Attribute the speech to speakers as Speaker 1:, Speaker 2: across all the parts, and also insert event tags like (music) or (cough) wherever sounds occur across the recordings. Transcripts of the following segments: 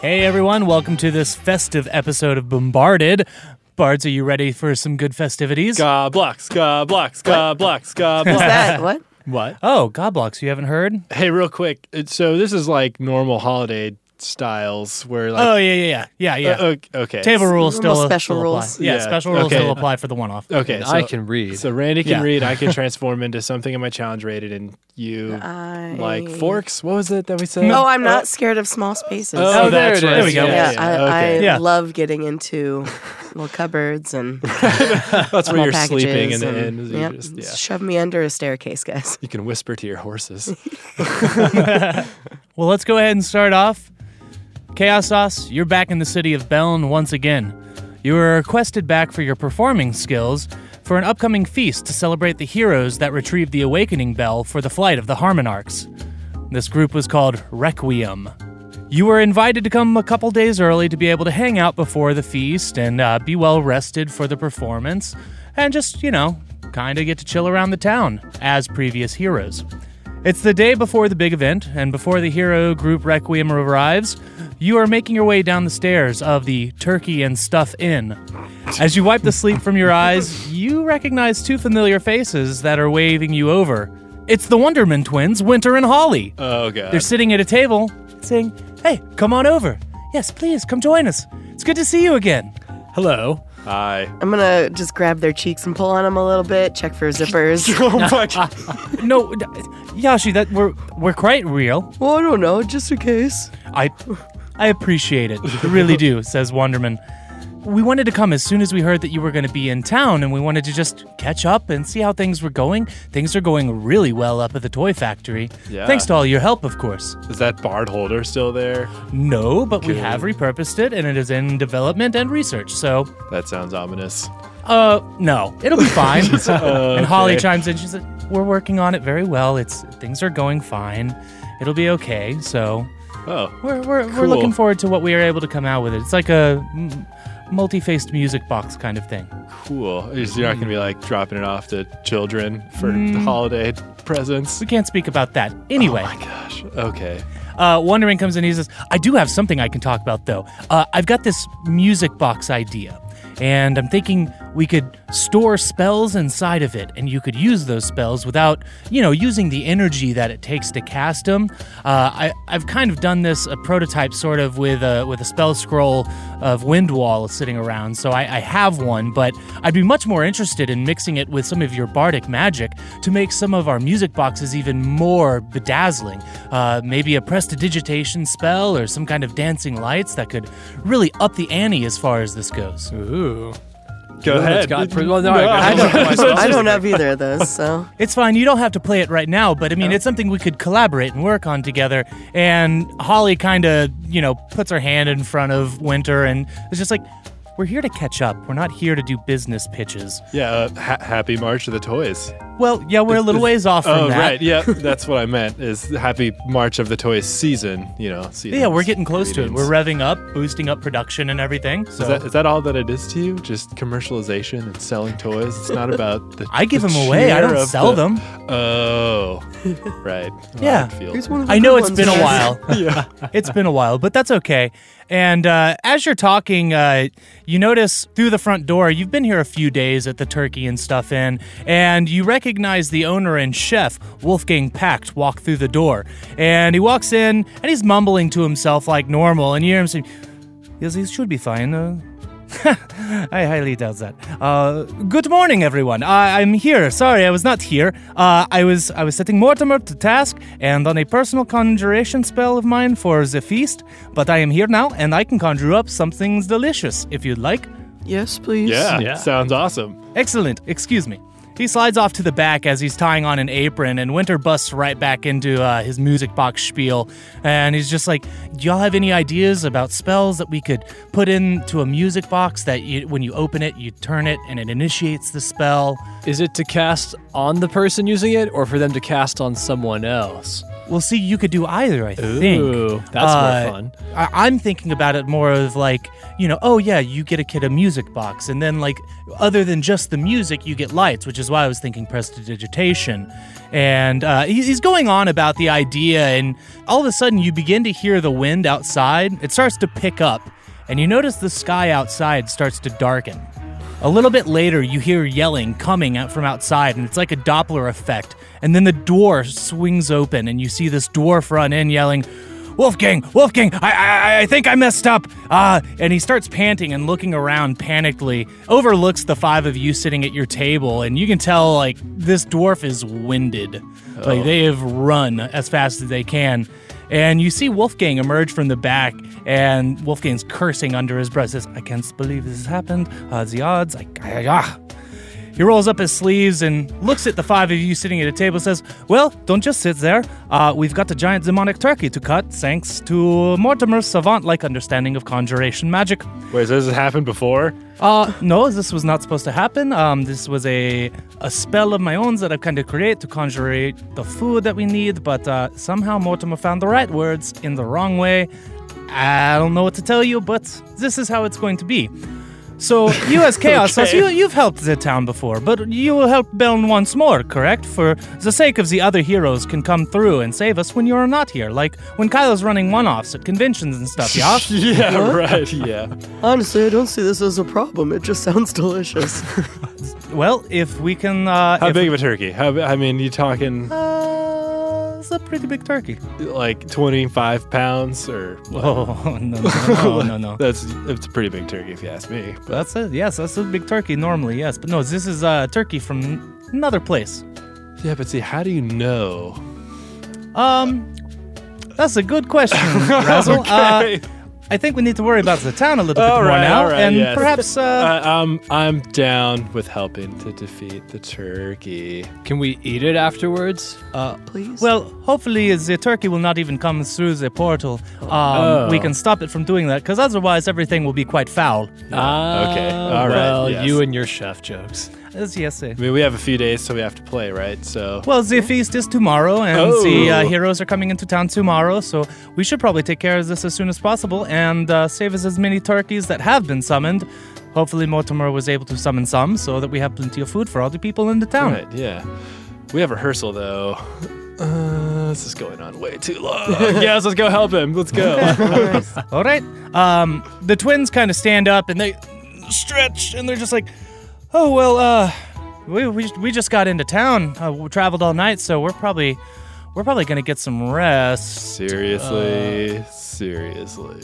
Speaker 1: Hey everyone, welcome to this festive episode of Bombarded. Bards, are you ready for some good festivities?
Speaker 2: Ska blocks, ska blocks, ska blocks, ska blocks.
Speaker 3: that (laughs) what?
Speaker 2: (laughs) what?
Speaker 1: Oh, Goblocks, you haven't heard?
Speaker 2: Hey, real quick. it- So this is like normal holiday styles where like
Speaker 1: Oh yeah, yeah, yeah, yeah, yeah.
Speaker 2: Uh, okay, okay.
Speaker 1: Table rules
Speaker 3: Little
Speaker 1: still uh,
Speaker 3: special
Speaker 1: still apply.
Speaker 3: rules.
Speaker 1: Yeah,
Speaker 2: Yeah,
Speaker 1: special rules
Speaker 2: okay.
Speaker 1: still apply for the one-off.
Speaker 2: Okay,
Speaker 4: And
Speaker 2: so,
Speaker 4: I can read.
Speaker 2: So Randy can
Speaker 1: Yeah.
Speaker 2: read. (laughs) I can transform into something in my challenge rated, and you
Speaker 3: I-
Speaker 2: like forks. What was it that we said?
Speaker 3: Oh, I'm not scared of small spaces.
Speaker 2: Oh,
Speaker 4: Oh, there
Speaker 2: that's
Speaker 4: it
Speaker 2: right.
Speaker 4: is.
Speaker 1: There we go.
Speaker 2: Yeah,
Speaker 3: yeah,
Speaker 2: yeah,
Speaker 3: I, I
Speaker 2: okay.
Speaker 1: Yeah.
Speaker 3: love getting into little cupboards
Speaker 2: (laughs)
Speaker 3: and
Speaker 2: That's where
Speaker 3: small
Speaker 2: you're
Speaker 3: packages
Speaker 2: sleeping in the
Speaker 3: and-
Speaker 2: end. You,
Speaker 3: yep,
Speaker 2: just, yeah.
Speaker 3: Shove me under a staircase, guys.
Speaker 2: you can whisper to your horses.
Speaker 1: Well, let's go ahead and start off. Chaos Sauce, you're back in the city of Beln once again. You were requested back for your performing skills for an upcoming feast to celebrate the heroes that retrieved the Awakening Bell for the flight of the Harmonarchs. This group was called Requiem. You were invited to come a couple days early to be able to hang out before the feast and uh, be well rested for the performance and just, you know, kind of get to chill around the town as previous heroes. It's the day before the big event, and before the hero group Requiem arrives, you are making your way down the stairs of the Turkey and Stuff Inn. As you wipe the sleep from your eyes, you recognize two familiar faces that are waving you over. It's the Wonderman twins, Winter and Holly.
Speaker 2: Oh god.
Speaker 1: They're sitting at a table saying, Hey, come on over. Yes, please, come join us. It's good to see you again.
Speaker 4: Hello.
Speaker 2: Hi.
Speaker 3: I'm gonna just grab their cheeks and pull on them a little bit, check
Speaker 2: (laughs)
Speaker 3: for zippers.
Speaker 2: Oh my god.
Speaker 1: No, d- Yashi, that we're we're quite real.
Speaker 3: well, I don't know, just in case.
Speaker 1: I I appreciate it. I really
Speaker 2: (laughs)
Speaker 1: do, says Wonderman. We wanted to come as soon as we heard that you were going to be in town and we wanted to just catch up and see how things were going. Things are going really well up at the toy factory.
Speaker 2: Yeah.
Speaker 1: Thanks to all your help, of course.
Speaker 2: Is that Bard Holder still there?
Speaker 1: No, but we have repurposed it and it is in development and research. So,
Speaker 2: That sounds ominous.
Speaker 1: uh no, it'll
Speaker 2: (laughs)
Speaker 1: be fine. And Holly
Speaker 2: Okay.
Speaker 1: chimes in. She said, "We're working on it very well. It's things are going fine. It'll be okay." So,
Speaker 2: Oh.
Speaker 1: We're, we're, we're
Speaker 2: Cool.
Speaker 1: looking forward to what we are able to come out with it. It's like a m- multi-faced music box kind of thing.
Speaker 2: cool. You're just- you're not gonna
Speaker 1: Mm.
Speaker 2: be like dropping it off to children for the holiday presents. Oh
Speaker 1: We can't speak about that. Anyway,
Speaker 2: My gosh. Okay.
Speaker 1: uh, Wondering comes in. He says, "I do have something I can talk about though. Uh, I've got this music box idea, and I'm thinking we could store spells inside of it, and you could use those spells without, you know, using the energy that it takes to cast them. Uh, I, I've kind of done this a prototype sort of with a with a spell scroll of Windwall sitting around, so I, I have one, but I'd be much more interested in mixing it with some of your bardic magic to make some of our music boxes even more bedazzling. Uh, maybe a prestidigitation spell or some kind of dancing lights that could really up the ante as far as this goes.
Speaker 4: Ooh.
Speaker 2: Go
Speaker 4: Well, it's
Speaker 2: (laughs) ahead.
Speaker 4: got pre- well, no, I got-
Speaker 1: (laughs)
Speaker 3: I don't,
Speaker 2: (laughs)
Speaker 4: Myself, isn't
Speaker 3: I don't have either of those, so
Speaker 1: It's fine, you don't have to play it right now, but I mean, it's something we could collaborate and work on together. And Holly kind of, you know, puts her hand in front of Winter and it's just like, we're here to catch up. We're not here to do business pitches.
Speaker 2: Yeah, uh, ha- Happy March of the Toys.
Speaker 1: Well, yeah, we're a little ways off from
Speaker 2: Oh,
Speaker 1: that. (laughs)
Speaker 2: right. Yeah, that's what I meant is Happy March of the Toys season, you know.
Speaker 1: Yeah, we're getting close to it. We're revving up, boosting up production and everything. So
Speaker 2: is that, is that all that it is to you? Just commercialization and selling toys? It's not about the.
Speaker 1: (laughs) I give
Speaker 2: the
Speaker 1: them away. I
Speaker 2: cheer
Speaker 1: don't
Speaker 2: of
Speaker 1: sell
Speaker 2: the-
Speaker 1: them.
Speaker 2: (laughs) Oh, right. Well,
Speaker 1: (laughs) Yeah.
Speaker 2: I feel-
Speaker 3: here's one of the
Speaker 1: I know it's
Speaker 3: good ones,
Speaker 1: been a
Speaker 3: guys.
Speaker 1: while.
Speaker 3: (laughs)
Speaker 1: (laughs) It's been a while, but that's okay. And uh, as you're talking, uh, you notice through the front door, you've been here a few days at the Turkey and Stuff Inn, and you recognize the owner and chef, Wolfgang Pact, walk through the door. And he walks in, and he's mumbling to himself like normal, and you hear him saying, Yes, it should be fine. Uh, (laughs) I highly doubt that. Uh, good morning, everyone. I, I'm here. Sorry, I was not here. Uh, I was I was setting Mortimer to task and on a personal conjuration spell of mine for the feast. But I am here now, and I can conjure up something delicious if you'd like.
Speaker 3: Yes, please.
Speaker 2: yeah,
Speaker 4: Yeah.
Speaker 2: sounds awesome.
Speaker 1: Excellent. Excuse me. He slides off to the back as he's tying on an apron, and Winter busts right back into uh, his music box spiel. And he's just like, "Do y'all have any ideas about spells that we could put into a music box that you, when you open it, you turn it, and it initiates the spell?"
Speaker 4: Is it to cast on the person using it or for them to cast on someone else?
Speaker 1: Well, see, you could do either, I think.
Speaker 2: Ooh, that's more fun.
Speaker 1: Uh, I- I'm thinking about it more of like, you know, oh yeah, you get a kid a music box, and then like, other than just the music, you get lights, which is why I was thinking prestidigitation. And uh, he- he's going on about the idea, and all of a sudden you begin to hear the wind outside. It starts to pick up, and you notice the sky outside starts to darken. A little bit later, you hear yelling coming out from outside, and it's like a Doppler effect. And then the door swings open, and you see this dwarf run in yelling, Wolfgang, Wolfgang, I, I, I think I messed up. Uh, and he starts panting and looking around panically, overlooks the five of you sitting at your table, and you can tell, like, this dwarf is winded. Like, they have run as fast as they can. And you see Wolfgang emerge from the back, and Wolfgang's cursing under his breath. Says, I can't believe this has happened. Uh, the odds. I, I, ah. He rolls up his sleeves and looks at the five of you sitting at a table. Says, "Well, don't just sit there. Uh, we've got a giant demonic turkey to cut, thanks to Mortimer's savant-like understanding of conjuration magic."
Speaker 2: Wait, so this has happened before?
Speaker 1: Uh, no, this was not supposed to happen. Um, this was a a spell of my own that I've kind of created to conjure the food that we need, but uh, somehow Mortimer found the right words in the wrong way. I don't know what to tell you, but this is how it's going to be. So you, as Chaos, Sauce, you you've helped the town before, but you will help Beln once more, correct? For the sake of the other heroes can come through and save us when you're not here, like when Kylo's running one-offs at conventions and stuff.
Speaker 2: (laughs)
Speaker 1: Yeah.
Speaker 2: yeah,
Speaker 1: (laughs)
Speaker 2: right. Yeah.
Speaker 3: Honestly, I don't see this as a problem. It just
Speaker 2: (laughs)
Speaker 3: sounds delicious.
Speaker 1: well, if we can, uh,
Speaker 2: How
Speaker 1: if-
Speaker 2: big of a turkey? How, I mean, you talking
Speaker 1: Uh, it's a pretty big turkey.
Speaker 2: like 25 pounds or.
Speaker 1: (laughs) Oh no no no no! no.
Speaker 2: That's it's a pretty big turkey if you ask me. But
Speaker 1: (laughs) that's a yes. That's a big turkey normally. Yes, but no, this is a turkey from another place.
Speaker 2: yeah, but see, how do you know?
Speaker 1: Um, that's a good question, (laughs) Razzle. Uh,
Speaker 2: (laughs)
Speaker 1: I think we need to worry about the town a little bit more now, and
Speaker 2: yes.
Speaker 1: perhaps uh,
Speaker 2: I, I'm um, I'm down with helping to defeat the turkey.
Speaker 4: Can we eat it afterwards? Uh,
Speaker 3: Please.
Speaker 1: well, hopefully the turkey will not even come through the portal. Um, We can stop it from doing that, because otherwise everything will be quite foul.
Speaker 2: okay,
Speaker 4: ah,
Speaker 2: all right,
Speaker 4: Well,
Speaker 2: yes.
Speaker 4: you and your chef jokes.
Speaker 1: Yes, yes. eh.
Speaker 2: I mean, we have a few days, so we have to play, right? So
Speaker 1: Well, the feast is tomorrow, and the uh,
Speaker 2: Oh.
Speaker 1: heroes are coming into town tomorrow, so we should probably take care of this as soon as possible and uh, save us as many turkeys that have been summoned. Hopefully, Mortimer was able to summon some so that we have plenty of food for all the people in the town.
Speaker 2: right, yeah. We have rehearsal though. Uh, this is going on way too long.
Speaker 1: (laughs)
Speaker 2: yes, let's go help him. Let's go.
Speaker 1: All right. Um, the twins kind of stand up and they stretch and they're just like, oh, well, uh, we, we, we just got into town. Uh, we traveled all night, so we're probably. We're probably gonna get some rest.
Speaker 2: seriously, seriously.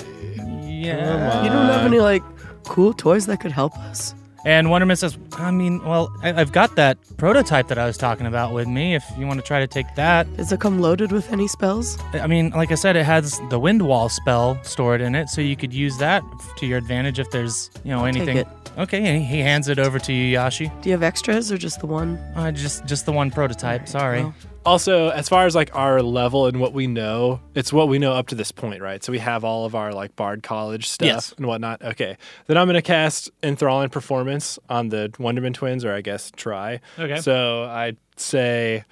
Speaker 1: Yeah.
Speaker 3: you don't
Speaker 2: Uh,
Speaker 3: have any, like, cool toys that could help us?
Speaker 1: And Wonderman says, I mean, well, I- I've got that prototype that I was talking about with me. If you want to try to take that,
Speaker 3: Does it come loaded with any spells?
Speaker 1: I mean, like I said, it has the wind wall spell stored in it, so you could use that f- to your advantage if there's, you know, anything.
Speaker 3: it.
Speaker 1: Okay, and he hands it over to you, Yashi.
Speaker 3: Do you have extras or just the one?
Speaker 1: Uh, just, just the one prototype. Sorry.
Speaker 3: well.
Speaker 2: Also, as far as like our level and what we know, it's what we know up to this point, right? So we have all of our like Bard College stuff
Speaker 1: Yes.
Speaker 2: and whatnot. Okay. Then I'm gonna cast Enthralling Performance on the Wonderman twins, or I guess try.
Speaker 1: Okay.
Speaker 2: So I say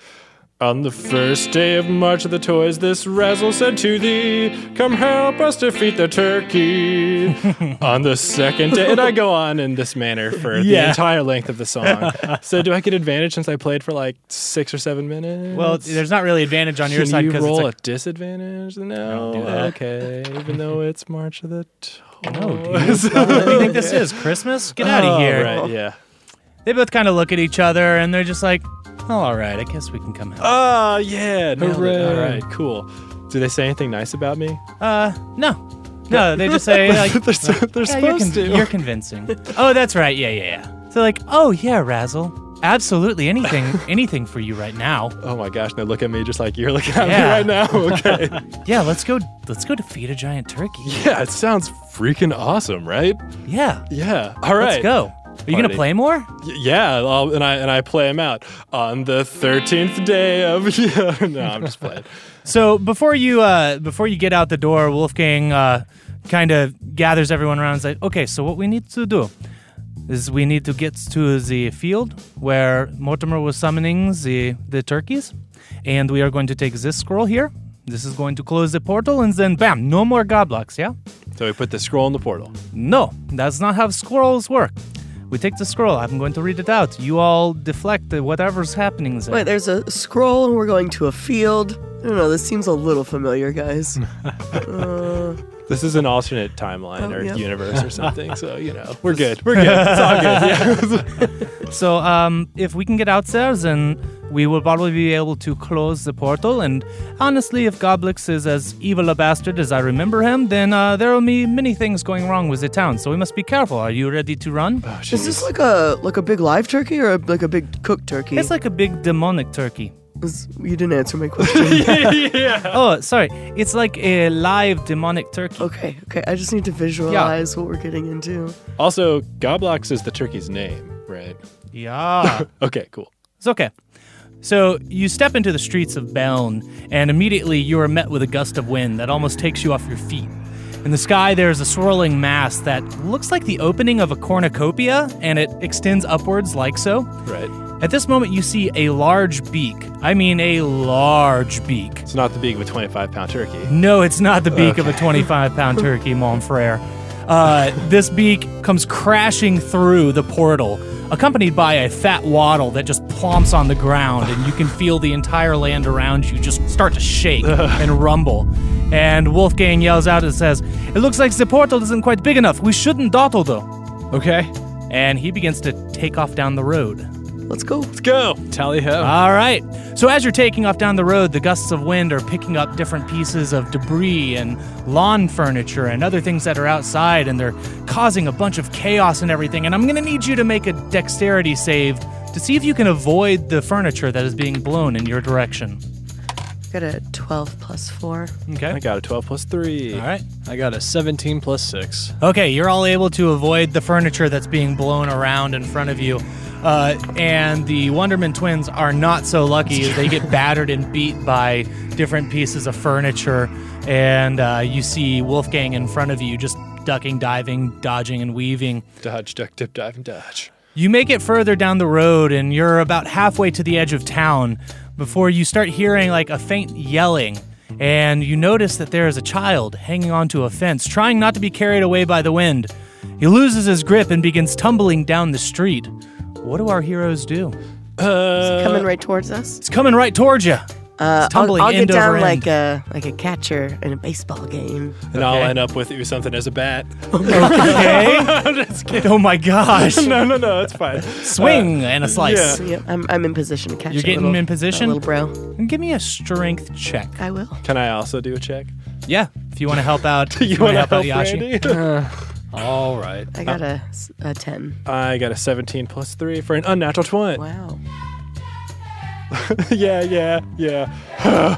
Speaker 2: on the first day of March of the Toys, this Razzle said to thee, Come help us defeat the turkey.
Speaker 1: (laughs)
Speaker 2: on the second day, and I go on in this manner for the
Speaker 1: Yeah.
Speaker 2: entire length of the song. so, do I get advantage since I played for like six or seven minutes?
Speaker 1: Well, there's not really advantage on your
Speaker 2: Can
Speaker 1: side
Speaker 2: you
Speaker 1: because
Speaker 2: roll
Speaker 1: it's
Speaker 2: a disadvantage? No.
Speaker 1: do that.
Speaker 2: Okay. Even though it's March of the Toys.
Speaker 1: (laughs) like, what do you think this is? Christmas? Get out of
Speaker 2: Oh,
Speaker 1: here.
Speaker 2: Right, yeah.
Speaker 1: They both kind of look at each other and they're just like, oh, all right, I guess we can come out.
Speaker 2: Oh, yeah. nailed it. All
Speaker 4: Hooray.
Speaker 2: right, cool. Do they say anything nice about me?
Speaker 1: Uh, no. No, they just say, like,
Speaker 2: (laughs) they're so- they're
Speaker 1: Yeah, you're,
Speaker 2: supposed
Speaker 1: con-
Speaker 2: to.
Speaker 1: you're convincing. oh, that's right. Yeah, yeah, yeah. So like, oh yeah, Razzle, absolutely
Speaker 2: (laughs)
Speaker 1: anything, anything for you right now.
Speaker 2: Oh my gosh, now look at me just like you're looking at
Speaker 1: Yeah. (laughs)
Speaker 2: me right now. Okay.
Speaker 1: Yeah, let's go, let's go defeat a giant turkey.
Speaker 2: yeah, it sounds freaking awesome, right?
Speaker 1: Yeah,
Speaker 2: Yeah. All right.
Speaker 1: let's go. Are you gonna
Speaker 2: Party.
Speaker 1: play more?
Speaker 2: Y- yeah, I'll, and I and I play him out on the 13th day of (laughs) yeah. No, I'm just playing.
Speaker 1: So before you, uh, before you get out the door, Wolfgang uh, kind of gathers everyone around. And is like, okay, so what we need to do is we need to get to the field where Mortimer was summoning the the turkeys, and we are going to take this scroll here. This is going to close the portal, and then bam, no more goblocks, yeah?
Speaker 2: So we put the scroll in the portal.
Speaker 1: No, that's not how scrolls work. We take the scroll. I'm going to read it out. You all deflect uh, whatever's happening there.
Speaker 3: Wait, there's a scroll and we're going to a field. I don't know, this seems a little
Speaker 1: (laughs)
Speaker 3: familiar, guys.
Speaker 2: This is an alternate timeline
Speaker 3: Oh,
Speaker 2: or
Speaker 3: yeah.
Speaker 2: universe
Speaker 3: (laughs)
Speaker 2: or something. So you know, we're good. We're (laughs) good. It's all good. Yeah.
Speaker 1: So, um, if we can get out there, then we will probably be able to close the portal. And honestly, if Goblix is as evil a bastard as I remember him, then uh, there will be many things going wrong with the town. So we must be careful. Are you ready to run?
Speaker 2: Oh,
Speaker 3: Is
Speaker 2: jeez.
Speaker 3: this like a like a big live turkey or a, like a big cooked turkey?
Speaker 1: It's like a big demonic turkey.
Speaker 3: Is- you didn't answer
Speaker 1: (laughs)
Speaker 3: my question.
Speaker 2: yeah.
Speaker 1: Oh, sorry. It's like a live demonic turkey.
Speaker 3: okay, okay. I just need to visualize what we're getting into.
Speaker 2: Also, Goblox is the turkey's name, right?
Speaker 1: Yeah.
Speaker 2: Okay, cool.
Speaker 1: It's okay. So you step into the streets of Beln, and immediately you are met with a gust of wind that almost takes you off your feet. In the sky, there is a swirling mass that looks like the opening of a cornucopia, and it extends upwards like so.
Speaker 2: Right.
Speaker 1: At this moment, you see a large beak. I mean, a large beak.
Speaker 2: It's not the beak of a 25 pound turkey.
Speaker 1: No, it's not the beak of a 25 pound turkey, mon frere. Uh, this beak comes crashing through the portal, accompanied by a fat waddle that just plumps on the ground, and you can feel the entire land around you just start to shake and rumble. And Wolfgang yells out and says, It looks like the portal isn't quite big enough. We shouldn't dawdle, though.
Speaker 4: Okay.
Speaker 1: And he begins to take off down the road.
Speaker 3: Let's go.
Speaker 2: Let's go. Ah.
Speaker 4: Tally ho.
Speaker 1: All right. So as you're taking off down the road, the gusts of wind are picking up different pieces of debris and lawn furniture and other things that are outside, and they're causing a bunch of chaos and everything. And I'm going to need you to make a dexterity save to see if you can avoid the furniture that is being blown in your direction.
Speaker 3: Got a 12 plus 4.
Speaker 2: I
Speaker 1: Okay.
Speaker 2: got a 12 plus 3.
Speaker 1: All right.
Speaker 4: I got a 17 plus 6.
Speaker 1: Okay, you're all able to avoid the furniture that's being blown around in front of you. Uh, and the Wonderman twins are not so lucky as they get battered and beat by different pieces of furniture. And uh, you see Wolfgang in front of you just ducking, diving, dodging, and weaving.
Speaker 2: Dodge, duck, dip, dive, and dodge.
Speaker 1: You make it further down the road, and you're about halfway to the edge of town before you start hearing like a faint yelling. And you notice that there is a child hanging onto a fence, trying not to be carried away by the wind. He loses his grip and begins tumbling down the street. What do our heroes do?
Speaker 3: Coming right towards us.
Speaker 1: It's coming right towards you.
Speaker 3: Uh,
Speaker 1: it's Uh, tumbling
Speaker 3: I'll, I'll get
Speaker 1: end
Speaker 3: down
Speaker 1: over end.
Speaker 3: like uh, a like a catcher in a baseball game.
Speaker 2: And I'll end up with you something as a bat.
Speaker 1: (laughs)
Speaker 3: (laughs)
Speaker 1: Okay. oh my gosh.
Speaker 2: (laughs) no, no, no. It's fine.
Speaker 1: Swing and a slice.
Speaker 3: So, yeah, I'm, I'm in position to catch
Speaker 1: You're
Speaker 3: a
Speaker 1: getting
Speaker 3: little-
Speaker 1: in
Speaker 3: a
Speaker 1: position?
Speaker 3: little bro.
Speaker 1: Give me a strength check.
Speaker 3: I will.
Speaker 2: (laughs) Can I also do a check?
Speaker 1: Yeah, if you want to help
Speaker 3: (laughs)
Speaker 1: out. if
Speaker 2: (laughs) You want to
Speaker 1: wanna
Speaker 2: help
Speaker 1: Yashi.
Speaker 2: Randy? (laughs)
Speaker 4: All right.
Speaker 1: Oh.
Speaker 3: I got a, s- a 10.
Speaker 2: I got a 17 plus 3 for an unnatural 20.
Speaker 3: Wow.
Speaker 2: (laughs) yeah, yeah, yeah.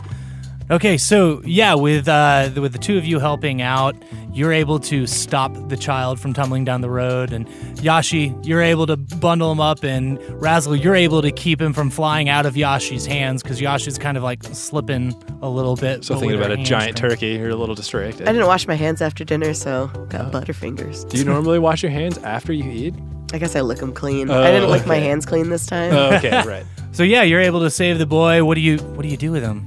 Speaker 1: Okay, so yeah, with uh, with the two of you helping out, you're able to stop the child from tumbling down the road, and Yashi, you're able to bundle him up, and Razzle, you're able to keep him from flying out of Yashi's hands because Yashi's kind of like slipping a little bit.
Speaker 2: So
Speaker 1: but
Speaker 2: thinking
Speaker 1: with
Speaker 2: about
Speaker 1: her
Speaker 2: a giant
Speaker 1: hamstrings.
Speaker 2: turkey, you're a little
Speaker 3: I
Speaker 2: distracted.
Speaker 3: didn't wash my hands after dinner, so got butterfingers.
Speaker 2: Do you normally wash your hands after you (laughs) eat?
Speaker 3: I guess I lick them clean. I didn't lick my hands clean this time.
Speaker 2: Oh, okay, right.
Speaker 1: So yeah, you're able to save the boy. What do you what do you do with him?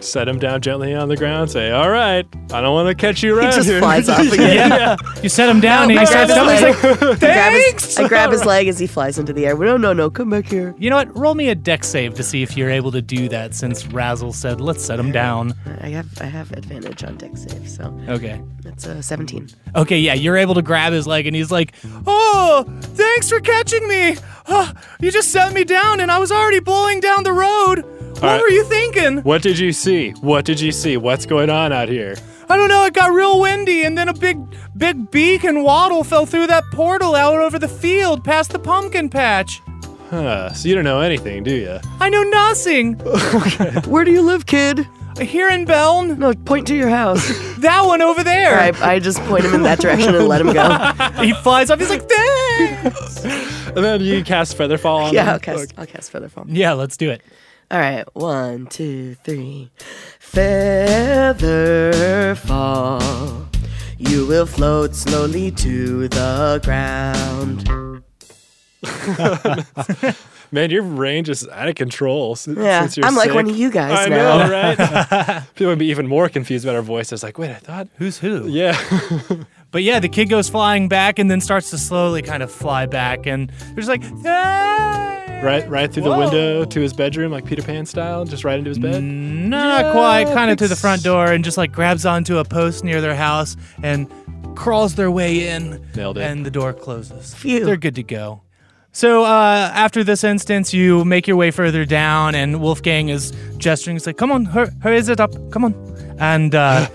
Speaker 2: Set him down gently on the ground. Say, "All right, I don't want to catch you
Speaker 3: he
Speaker 2: around
Speaker 3: just
Speaker 2: here."
Speaker 3: flies off
Speaker 2: (laughs)
Speaker 3: again.
Speaker 1: Yeah, you set him down, and
Speaker 3: I
Speaker 1: he
Speaker 3: Oh,
Speaker 1: starts
Speaker 3: grab his
Speaker 1: tumbling. He's
Speaker 3: leg.
Speaker 1: like,
Speaker 3: I grab his, I grab his leg as he flies into the air. No, no, no, come back here.
Speaker 1: you know what? Roll me a deck save to see if you're able to do that, since Razzle said, "Let's set him down."
Speaker 3: I have I have advantage on deck save, so uh,
Speaker 1: Okay.
Speaker 3: that's a 17.
Speaker 1: Okay, yeah, you're able to grab his leg, and he's like, "Oh, thanks for catching me. Oh, you just set me down, and I was already blowing down the road. What
Speaker 2: right.
Speaker 1: were you thinking?
Speaker 2: What did you see? What did you see? What's going on out here?
Speaker 1: I don't know. It got real windy, and then a big, big beak and waddle fell through that portal out over the field, past the pumpkin patch.
Speaker 2: Huh? So you don't know anything, do you?
Speaker 1: I know nothing.
Speaker 3: Where do you live, kid?
Speaker 1: Here in Beln,
Speaker 3: No, point to your (laughs) house.
Speaker 1: that one over there.
Speaker 3: I, I just point him in that direction and let him go. (laughs)
Speaker 1: He flies up. He's like, "Thanks."
Speaker 2: And then you cast Featherfall on
Speaker 3: Yeah,
Speaker 2: him.
Speaker 3: I'll cast, I'll cast Feather Fall.
Speaker 1: (laughs) yeah, let's do it.
Speaker 3: All right, one, two, three. Feather fall. You will float slowly to the ground.
Speaker 2: Man, your range is out of control. s-
Speaker 3: Yeah,
Speaker 2: since you're
Speaker 3: I'm like one
Speaker 2: sick.
Speaker 3: of you guys
Speaker 2: I
Speaker 3: now.
Speaker 2: know, right?
Speaker 3: (laughs)
Speaker 2: (laughs) People would be even more confused about our voices. Like, wait, I thought.
Speaker 1: Who's who?
Speaker 2: Yeah.
Speaker 1: But yeah, the kid goes flying back and then starts to slowly kind of fly back, and there's like, "Hey!"
Speaker 2: (laughs) right, right through
Speaker 1: Whoa.
Speaker 2: the window to his bedroom, like Peter Pan style, just right into his bed.
Speaker 3: Mm.
Speaker 1: Not
Speaker 2: Yeah,
Speaker 1: quite,
Speaker 2: I
Speaker 1: kind of
Speaker 2: think
Speaker 1: to the front
Speaker 2: s-
Speaker 1: door, and just like grabs onto a post near their house and crawls their way in.
Speaker 2: Nailed it.
Speaker 1: And the door closes.
Speaker 3: Phew.
Speaker 1: They're good to go. So uh, after this instance, you make your way further down, and Wolfgang is gesturing. He's like, "Come on, hur- hurry it up! Come on!" And uh,